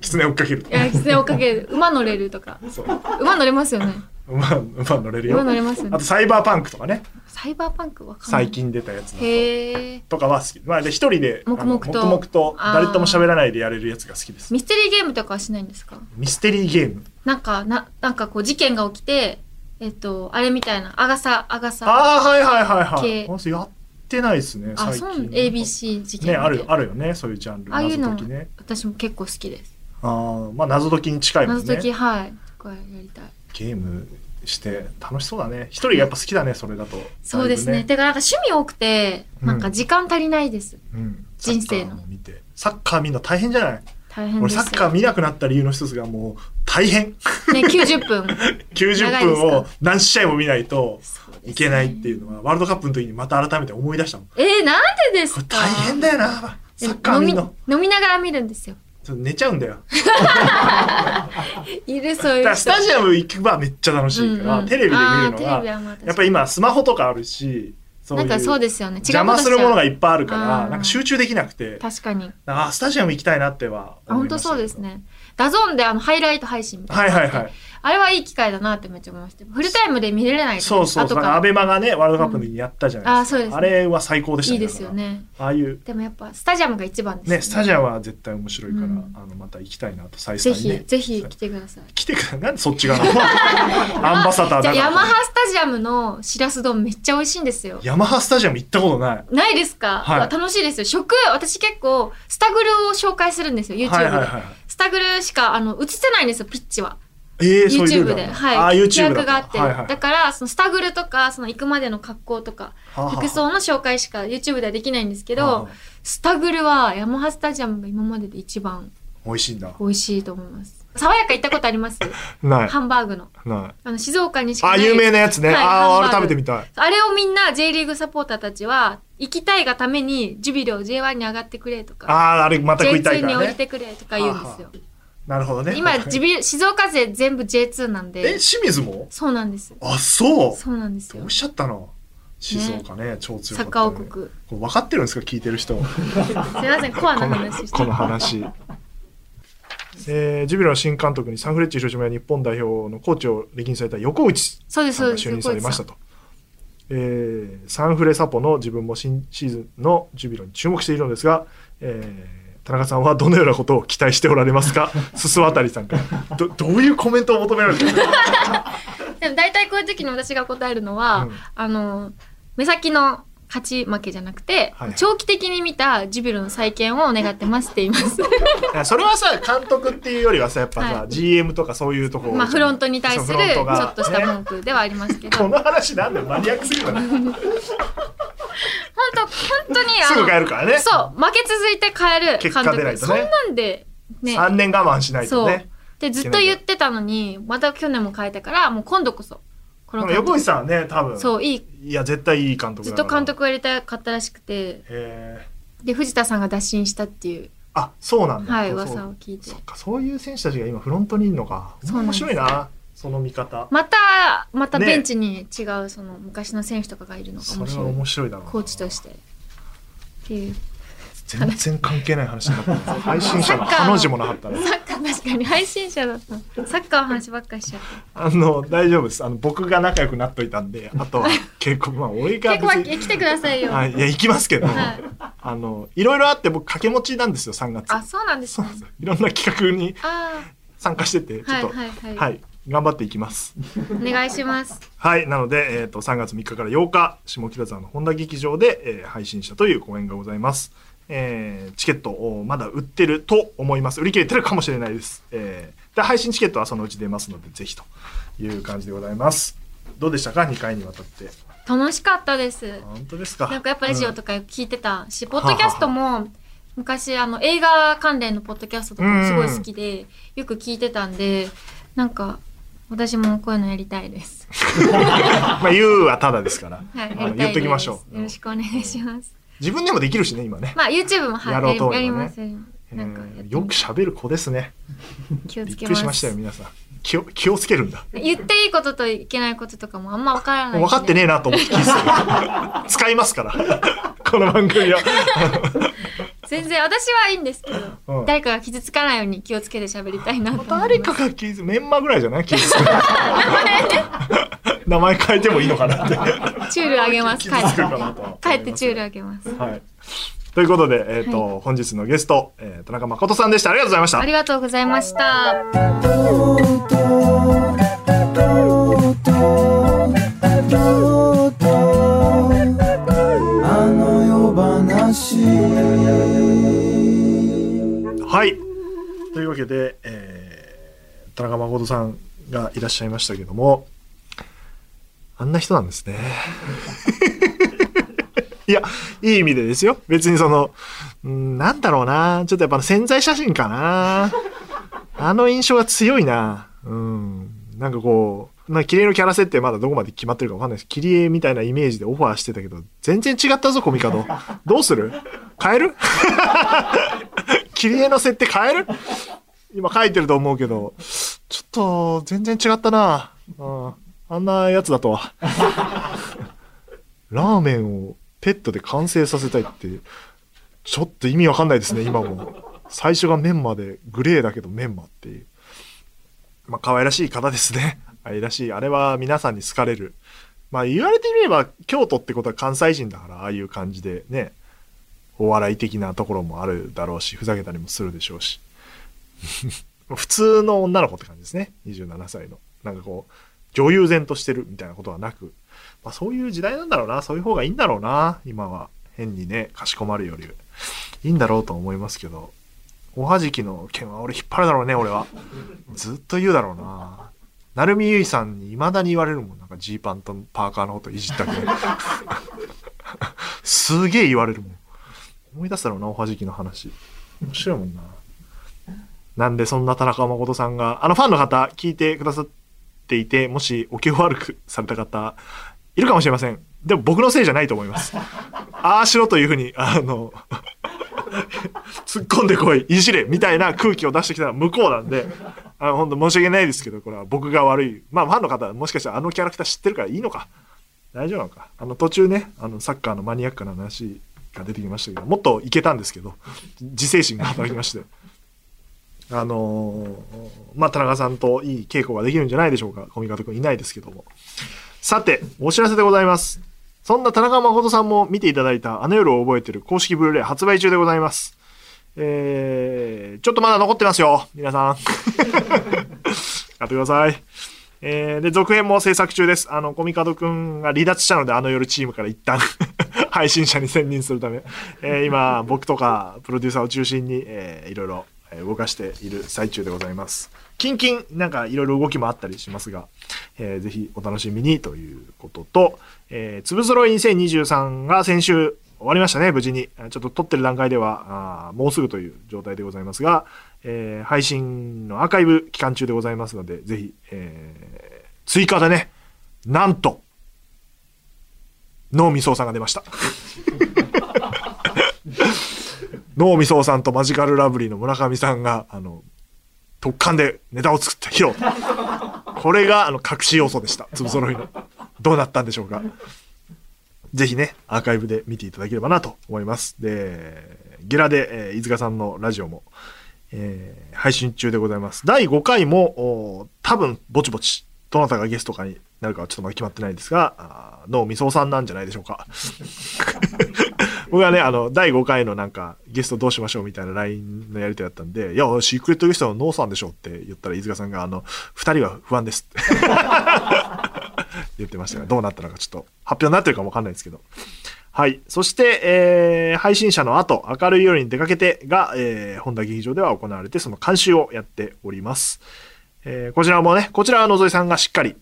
A: キツネ追っかけると
B: いや狐追っかける馬乗れるとか
A: そう
B: 馬乗れますよね
A: 馬馬乗れるよ
B: 馬乗れますよ
A: あ
B: ね
A: とサイバーパンクとかね
B: サイバーパンクわかんない
A: 最近出たやつ
B: へえ
A: とかは好きまあで一人であの
B: 黙々と
A: 黙々と
B: あー
A: 誰とも喋らないでやれるやつが好きです
B: ミステリーゲームとかはしないんですか
A: ミステリーゲーム
B: なんかななんかこう事件が起きてえっとあれみたいなアガサアガサ
A: ああはいはいはいはい
B: 系
A: あそうやってないですね
B: あ
A: 最
B: そう
A: 近
B: ABC 事件
A: ねある
B: みたいな
A: あるよねそういうジャンル
B: ああいう
A: 謎
B: の
A: 解きね
B: 私も結構好きです
A: あーまあ謎解きに近いもん
B: 謎解き
A: ね
B: はいこれやりたい
A: ゲームして楽しそうだね一人がやっぱ好きだねそれだと
B: そうですね
A: だいぶ
B: てかなんか趣味多くて
A: うん
B: なんか時間足りないです、
A: うん
B: 人生の
A: サッカーも見てサッカー見るの大変じゃない
B: 大変で
A: 俺
B: す
A: サ
B: よ
A: ッカー見なくなった理由の一つがもう大 変
B: ね90 分長い
A: 90
B: ですか
A: 分を何試合も見ないと
B: そうですね
A: いけないっていうのはワールドカップの時にまた改めて思い出したもんこ
B: えー、なんでです
A: れ
B: か
A: 大変だよなサッカー
B: 飲
A: 見
B: み
A: るの
B: 飲みながら見るんですよ
A: ちょっと寝ちゃうんだ よ
B: いるそう
A: だ
B: い
A: か
B: う
A: らスタジアム行くばめっちゃ楽しいから、
B: うんうん
A: テレビで見るの
B: あーテレビはま
A: が
B: あ確かに
A: やっぱり今スマホとかあるしそうい
B: な
A: うん
B: かそうですよね違
A: 邪
B: うこ
A: 魔
B: とし
A: す
B: ち
A: るもの
B: ゃ
A: が
B: う
A: いっぱいあるから
B: あー
A: なんか集中できなくて
B: 確かに
A: あースタジアム行きたいなっては
B: あ
A: 思いま
B: 本当
A: した
B: そうですねダゾーンであのハイライト配信みたいな
A: はいはいはい
B: あれはいい機会だなってめっちゃ思いましたフルタイムで見れれない
A: そうそうそ
B: 後
A: う。な
B: か
A: んからアベマがね、ワールドカップの時にやったじゃないですか。
B: うんあそうですね
A: れは最高でした
B: いいですよ。ね
A: だからああいう、
B: でもやっぱスタジアムが一番ですよ
A: ね、スタジアムは絶対面白いから、
B: うん
A: あの、また行きたいなと、再
B: ぜ
A: 三に
B: ひ、
A: ね。
B: ぜひ来てください
A: 来てくれ。なんでそっち側の アンバサダー
B: じ
A: だか
B: ゃあ
A: ら
B: ヤマハスタジアムのしらす丼めっちゃ美味しいんですよ
A: ヤマハスタジアム行ったことない。
B: ないですか、
A: はい
B: 楽しいですよ食私結構スタグルを紹介するんですよ YouTube で、
A: はいはいはい。
B: スタグルしかあの映せないんですよピッチは
A: ええそういうルール
B: YouTube で、
A: なの
B: はい、
A: ああ、
B: 規
A: YouTube
B: 約
A: だ
B: があって、
A: はいはい
B: だからそのスタグルとかその行くまでの格好とか
A: はあはあ
B: 服装の紹介しか YouTube ではできないんですけ
A: はあは
B: ど
A: あ
B: スタグルはヤマハスタジアムが今までで一番
A: 美味しいんだ。
B: 美味しいと思います爽やか行ったことあ ります
A: ない。
B: ハンバーグの
A: ない。
B: あの静岡にしかな
A: あ、
B: い
A: 有名なやつね。
B: はい
A: あ
B: ハン
A: あ、あ
B: バ
A: れ
B: ーグ
A: 食べてみたい。
B: あれをみんな J リーグサポーターたちは行きたいがためにジュビロを J1 に上がってくれと
A: あ
B: か
A: あ、あれまた食いたい
B: J2
A: か
B: に
A: ら
B: 降り
A: ね。
B: てくれとか言うんですよ
A: なるほどね。
B: 今ジュビ静岡勢全部 J2 なん
A: え、
B: で
A: 清水も
B: そうなんです
A: あ、そう。
B: そうなんです
A: ど
B: よ
A: うしちゃったの静岡ね超強
B: サ
A: かった、ね、
B: ッカー王
A: こ
B: 国
A: れ分かってるんですか聞いてる人
B: すいませんコアな話して
A: この 話えー、ジュビロの新監督にサンフレッチェ広島や日本代表のコーチを歴任された横内
B: そうです
A: さ
B: そ
A: ん
B: う
A: が
B: です
A: 就任されました
B: 横
A: と、えーサンフレサポの自分も新シーズンのジュビロに注目しているのですが、えー田中さんはどのようなことを期待しておられ ますかすわたりさんからどどういうコメントを求められてるんですか
B: 井さんでも大体こういう時に私が答えるのは、
A: うん
B: あの目先の勝ち負けじゃなくて、
A: はい
B: 長期的に見たジュビロの再建を願ってますって言います
A: いやそれはさ監督っていうよりはさやっぱさ、
B: はい
A: GM とかそういうところ
B: まあフロントに対す
A: そう
B: る
A: フロン
B: ち
A: ト
B: ょ
A: が
B: っとした
A: ね
B: 文句ではありま すけど、
A: この話なんだよマニアックすぎるからね
B: 本当本当に
A: すぐ帰
B: あ
A: るから
B: の
A: ね
B: そう負け続いて変える監
A: 結果
B: 督
A: 出ないと
B: そん
A: ね
B: なんでね
A: 3年我慢しないと
B: そう
A: ね
B: でずっと言ってたのにまた去年も変えたからもう今度こそこ
A: でも横井さんはね多分
B: そういい
A: いや絶対いい監督
B: ずっ
A: だ
B: と監
A: 督
B: 督をやりたかったらしくて
A: へえ
B: で藤田さんが打診したっていう
A: あそうなんだ
B: はい
A: そう
B: 噂を聞いて
A: そっかそういう選手たちが今フロントにいるのか
B: そうなん
A: 面
B: です
A: 白いなその見方
B: またまた
A: ね
B: ベンチに違うその昔の選手とかがいるのが
A: そ
B: 面
A: れは
B: 白い
A: 面白いだろうな
B: コーチとしてっていう
A: 全然関係ない話にな った配信者の
B: サッカー
A: 彼
B: の
A: 女もなかったね
B: サッカー確かに配信者だったサッカーの話ばっかりしちゃっ
A: あの大丈夫ですあの僕が仲良くなっといたんであ とは結構まあ俺
B: た
A: が
B: 結
A: 別
B: 構
A: に
B: 来てくださいよ、
A: はい、いや行きますけど、
B: はい
A: あのいろいろあって僕掛け持ちなんですよ3月
B: あそうなんです
A: そう
B: ね
A: なんですよいろんな企画に
B: あ
A: 参加しててちょっ
B: あ
A: と
B: は
A: はいい、
B: はいはい、
A: 頑張っていきます
B: お願いします
A: はいなので、えー、と3月3日から8日下北沢の本田劇場で、えー配信したという公演がございます、えーチケットをまだ売ってると思います売り切れてるかもしれないです、えーで配信チケットはそのうち出ますのでぜひという感じでございますどうでしたか2回にわたって
B: 楽しかったです
A: 本当ですか
B: なんかやっぱラジオ
A: か、
B: とか聞いてたし、ポッドキャストも昔あの映画関連のポッドキャストとかもすごい好きで、よく聞いてたんで、なんか私もこういうのやりたいです。
A: うんまあ言うはただですから、
B: はい、やり
A: あ
B: たい
A: の
B: です。
A: 言っときましょう
B: よろしくお願いします。
A: 自分でもできるしね今ね、
B: まあ YouTube もはい
A: やろうと思えばね
B: やりますやります。なんかやって
A: え
B: み
A: ーよく喋る子ですね
B: 気を
A: び
B: つ
A: っ
B: け
A: く
B: ま
A: り
B: す。
A: しましたよ皆さん気を気をつけるんだ
B: 言っていいことといけないこととかもあんまわからない。
A: 分かってね。えなと思って聞いて た使いますからこの番組は
B: 全然私はいいんですけど、
A: うん
B: 誰かが傷つかないように気をつけて喋りたいなと思います。
A: 誰かが聞いてメンマぐらいじゃない気づ く名前変えてもいいのかなって
B: チュールあげます。帰
A: 気づ
B: っ
A: く
B: て
A: かなとは思います
B: 帰ってチュールあげます。
A: はいということで、えーと本日のゲスト、えー田中誠さんでしたありがとうございました
B: ありがとうございました。
C: あの夜話
A: はい。というわけで、えー田中誠さんがいらっしゃいましたけども、あんな人なんですね。いや、いい意味でですよ。別にその、うん、なんだろうな。ちょっとやっぱ潜在写真かな。あの印象が強いな。うん。なんかこう、なんかキリエのキャラ設定まだどこまで決まってるかわかんないです。キリエみたいなイメージでオファーしてたけど、全然違ったぞ、コミカド。どうする変えるキリエの設定変える今書いてると思うけど、ちょっと全然違ったな。うん。あんなやつだとは。 ラーメンをペットで完成させたいって、ちょっと意味わかんないですね、今も。最初がメンマで、グレーだけどメンマっていう。まあ、可愛らしい方ですね。愛らしい。あれは皆さんに好かれる。まあ、言われてみれば、京都ってことは関西人だから、ああいう感じでね、お笑い的なところもあるだろうし、ふざけたりもするでしょうし。 普通の女の子って感じですね。27歳の。なんかこう、女優然としてるみたいなことはなく、まあ、そういう時代なんだろうな。そういう方がいいんだろうな。今は。変にね、かしこまるより。いいんだろうと思いますけど、おはじきの件は俺引っ張るだろうね、俺は。ずっと言うだろうな。なるみゆいさんに未だに言われるもん。なんかジーパンとパーカーのこといじったけど。すげえ言われるもん。思い出すだろうな、おはじきの話。面白いもんな。なんでそんな田中誠さんが、あのファンの方、聞いてくださっていて、もしお気を悪くされた方、いるかもしれません。でも僕のせいじゃないと思います。ああしろというふうに、あの、突っ込んでこい、いじれ、みたいな空気を出してきたら向こうなんで、あの、本当申し訳ないですけど、これは僕が悪い。まあ、ファンの方はもしかしたらあのキャラクター知ってるからいいのか。大丈夫なのか。あの、途中ね、あの、サッカーのマニアックな話が出てきましたけど、もっといけたんですけど、自制心が働きまして。あのーまあ、田中さんといい稽古ができるんじゃないでしょうか。小見方君いないですけども。さて、お知らせでございます。そんな田中誠さんも見ていただいたあの夜を覚えてる公式ブルーレイ発売中でございます。えー、ちょっとまだ残ってますよ。皆さん。買ってください。えーで、続編も制作中です。あの、コミカドくんが離脱したので、あの夜チームから一旦、 配信者に専任するため、えー今、僕とか、プロデューサーを中心に、えーいろいろえー動かしている最中でございます。キンキン、なんかいろいろ動きもあったりしますが、えーぜひお楽しみにということと、えー、粒揃い2023が先週終わりましたね、無事に。あちょっと撮ってる段階では、あーもうすぐという状態でございますが、えー配信のアーカイブ期間中でございますので、ぜひ、えー追加でね、なんと、能見蒼さんが出ました。 能見蒼さんとマジカルラブリーの村上さんが、あの、特艦でネタを作った披露。これが、あの、隠し要素でした。粒揃いの。どうなったんでしょうか。ぜひね、アーカイブで見ていただければなと思います。で、ゲラで、えー飯塚さんのラジオも、えー配信中でございます。第5回も、おー多分、ぼちぼち、どなたがゲストかになるかはちょっとまだ決まってないですが、あー能見蒼さんなんじゃないでしょうか。 僕はね、あの、第5回のなんか、ゲストどうしましょうみたいな LINE のやりとりだったんで、いや、シークレットゲストのノーさんでしょって言ったら、飯塚さんが、あの、二人は不安ですって 言ってましたが、どうなったのかちょっと発表になってるかもわかんないですけど。はい。そして、えー配信者の後、明るい夜に出かけてが、えー本田劇場では行われて、その監修をやっております。えーこちらもね、こちらは野添さんがしっかり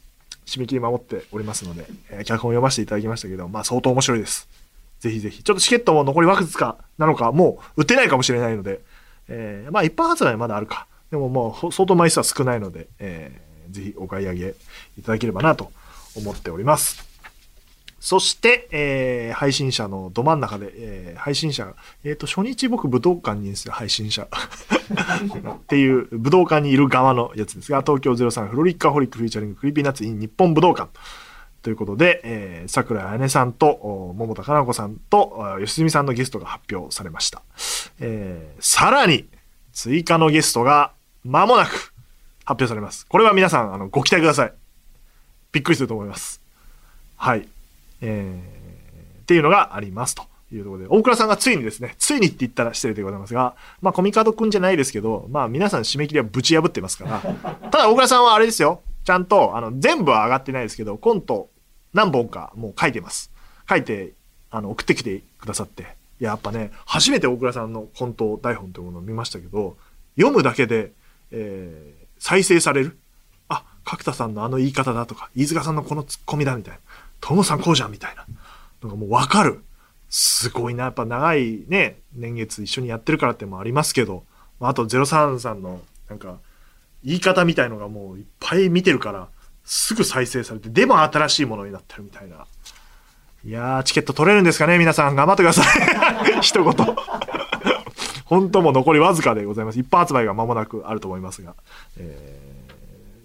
A: 締め切り守っておりますので、えー脚本を読ませていただきましたけど、まあ相当面白いです。ぜひぜひ。ちょっとチケットも残りわずかなのか、もう売ってないかもしれないので、えーまあ一般発売まだあるか。でももうほ相当枚数は少ないので、えーぜひお買い上げいただければなと思っております。そして、えー配信者のど真ん中で、えー配信者、えっ、と、初日僕武道館にいるんですよ、配信者。 っていう、武道館にいる側のやつですが、東京03フロリッカホリックフューチャリングクリーピーナッツ in 日本武道館。ということで、えー、桜井彩音さんと、お桃田かな子さんと、あ良純さんのゲストが発表されました。えーさらに、追加のゲストが、間もなく、発表されます。これは皆さん、あの、ご期待ください。びっくりすると思います。はい。えーっていうのがありますというところで、大倉さんがついにですね、ついにって言ったら失礼でございますが、まあ、コミカドくんじゃないですけど、まあ、皆さん締め切りはぶち破ってますから、ただ大倉さんはあれですよ、ちゃんと、あの、全部は上がってないですけど、コント何本かもう書いてます。書いて、あの、送ってきてくださって、いや、やっぱね、初めて大倉さんのコント台本というものを見ましたけど、読むだけで、えー再生される。あ、角田さんのあの言い方だとか、飯塚さんのこのツッコミだみたいな、トムさんこうじゃんみたいな、なんかもうわかる。すごいな。やっぱ長いね、年月一緒にやってるからってのもありますけど、まああと03さんの、なんか、言い方みたいのがもういっぱい見てるから、すぐ再生されて、でも新しいものになってるみたいな。いやー、チケット取れるんですかね皆さん、頑張ってください。 一言。本当もう残りわずかでございます。一般発売が間もなくあると思いますが。えー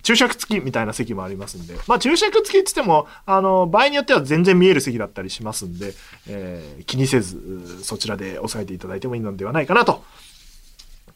A: 注釈付きみたいな席もありますんで、まあ、注釈付きっつってもあの場合によっては全然見える席だったりしますんで、えー気にせずうそちらで押さえていただいてもいいのではないかなと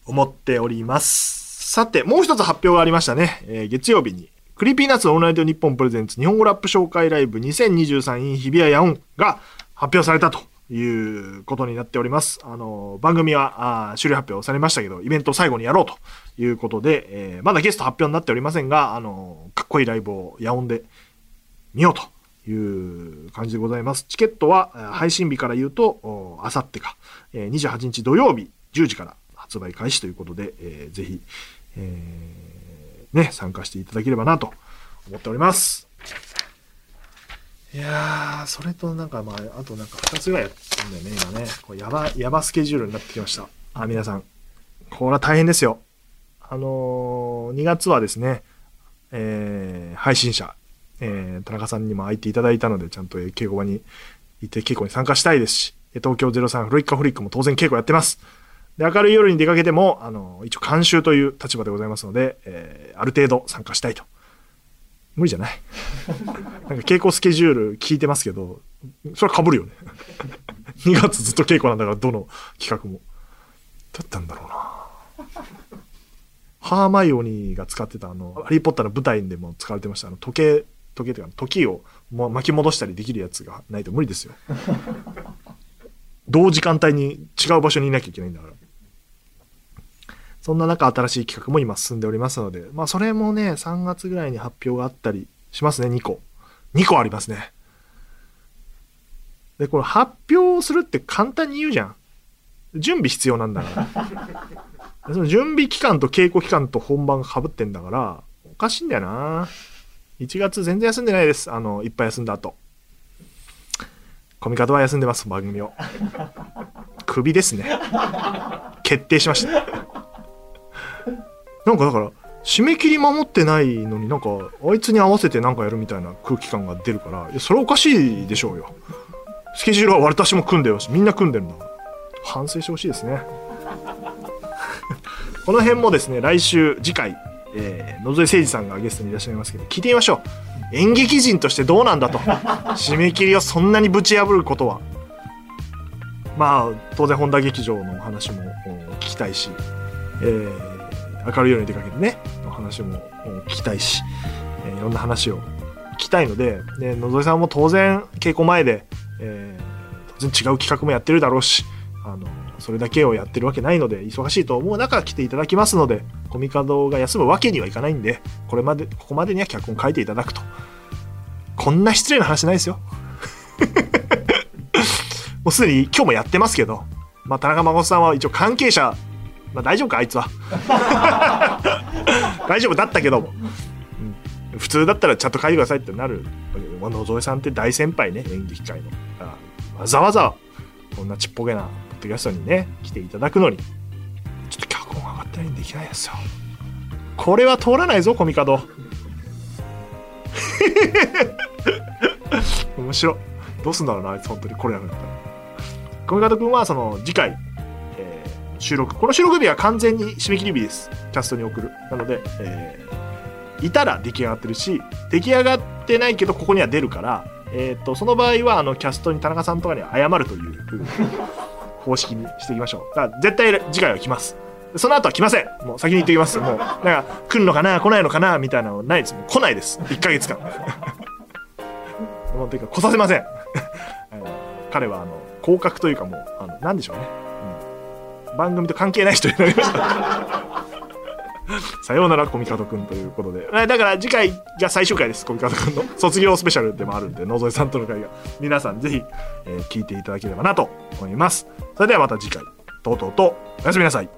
A: 思っております。さて、もう一つ発表がありましたね。えー月曜日に、クリーピーナッツオンライト日本プレゼンツ日本語ラップ紹介ライブ 2023in 日比谷野音が発表されたということになっております。あの、番組はあー終了発表されましたけど、イベントを最後にやろうということで、えーまだゲスト発表になっておりませんが、あの、かっこいいライブを野音で見ようという感じでございます。チケットはえー配信日から言うと、あさってか、えー28日土曜日10時から発売開始ということで、えーぜひ、えーね、参加していただければなと思っております。いやー、それとなんかまあ、あとなんか2つぐらいやってんだよね、今ね。こうやば、やばスケジュールになってきました。あ、皆さん。これは大変ですよ。あのー、2月はですね、えー配信者、えー田中さんにも空いていただいたので、ちゃんとえー稽古場に行って稽古に参加したいですし、えー東京03フロイッカフリックも当然稽古やってます。で、明るい夜に出かけても、あのー一応監修という立場でございますので、えーある程度参加したいと。無理じゃない。 なんか稽古スケジュール聞いてますけど、それは被るよね。2月ずっと稽古なんだから、どの企画も。だったんだろうな。ハーマイオニーが使ってたあの、ハリーポッターの舞台でも使われてました、あの、時計、時計というか、時をもう巻き戻したりできるやつがないと無理ですよ。同時間帯に違う場所にいなきゃいけないんだから。そんな中、新しい企画も今進んでおりますので、まあ、それもね、3月ぐらいに発表があったりしますね、2個。2個ありますね。で、これ発表するって簡単に言うじゃん。準備必要なんだから。その準備期間と稽古期間と本番がかぶってんだから、おかしいんだよな。1月全然休んでないです。あの、いっぱい休んだ後。コミカドは休んでます、番組を。クビですね。決定しました。なんかだから、締め切り守ってないのになんか、あいつに合わせてなんかやるみたいな空気感が出るから、いや、それおかしいでしょうよ。スケジュールは私も組んでるし、みんな組んでるんだから。反省してほしいですね。この辺もですね、来週、次回、えー野添誠二さんがゲストにいらっしゃいますけど、聞いてみましょう。演劇人としてどうなんだと。締め切りをそんなにぶち破ることは。まあ、当然、本田劇場のお話もお聞きたいし、えー明るい夜に出かけてね、お話もお聞きたいし、えーいろんな話を聞きたいので、で野添さんも当然、稽古前で、えー当然違う企画もやってるだろうし、あのそれだけをやってるわけないので忙しいと思う中来ていただきますのでコミカドが休むわけにはいかないんでこれまでここまでには脚本書いていただくとこんな失礼な話ないですよ もうすでに今日もやってますけど、まあ、田中孫さんは一応関係者、まあ、大丈夫かあいつは大丈夫だったけども、うん普通だったらちゃんと書いてくださいってなるまあ野添さんって大先輩ね演劇界のだからわざわざこんなちっぽけなポッドキャストにね、来ていただくのに、ちょっと脚本上がってないんでできないですよ。これは通らないぞ、コミカド。 面白い。どうすんだろうな、あいつ、本当にこれなくなったら。コミカド君は、その、次回、えー収録。この収録日は完全に締め切り日です。キャストに送る。なので、えーいたら出来上がってるし、出来上がってないけど、ここには出るから、えー、とその場合はあのキャストに田中さんとかに謝るという方式にしていきましょうだから絶対次回は来ますその後は来ませんもう先に言っておきますもうなんか来るのかな来ないのかなみたいなのないですもう来ないです1ヶ月間 もうていうか来させません あの彼はあの降格というかもうあのなんでしょうね、うん番組と関係ない人になりましたさようならコミカドくんということで。えだから次回が最終回です、コミカドくんの。 卒業スペシャルでもあるんで、野添さんとの会が。 皆さんぜひ、えー聞いていただければなと思います。それではまた次回、とうとうとおやすみなさい。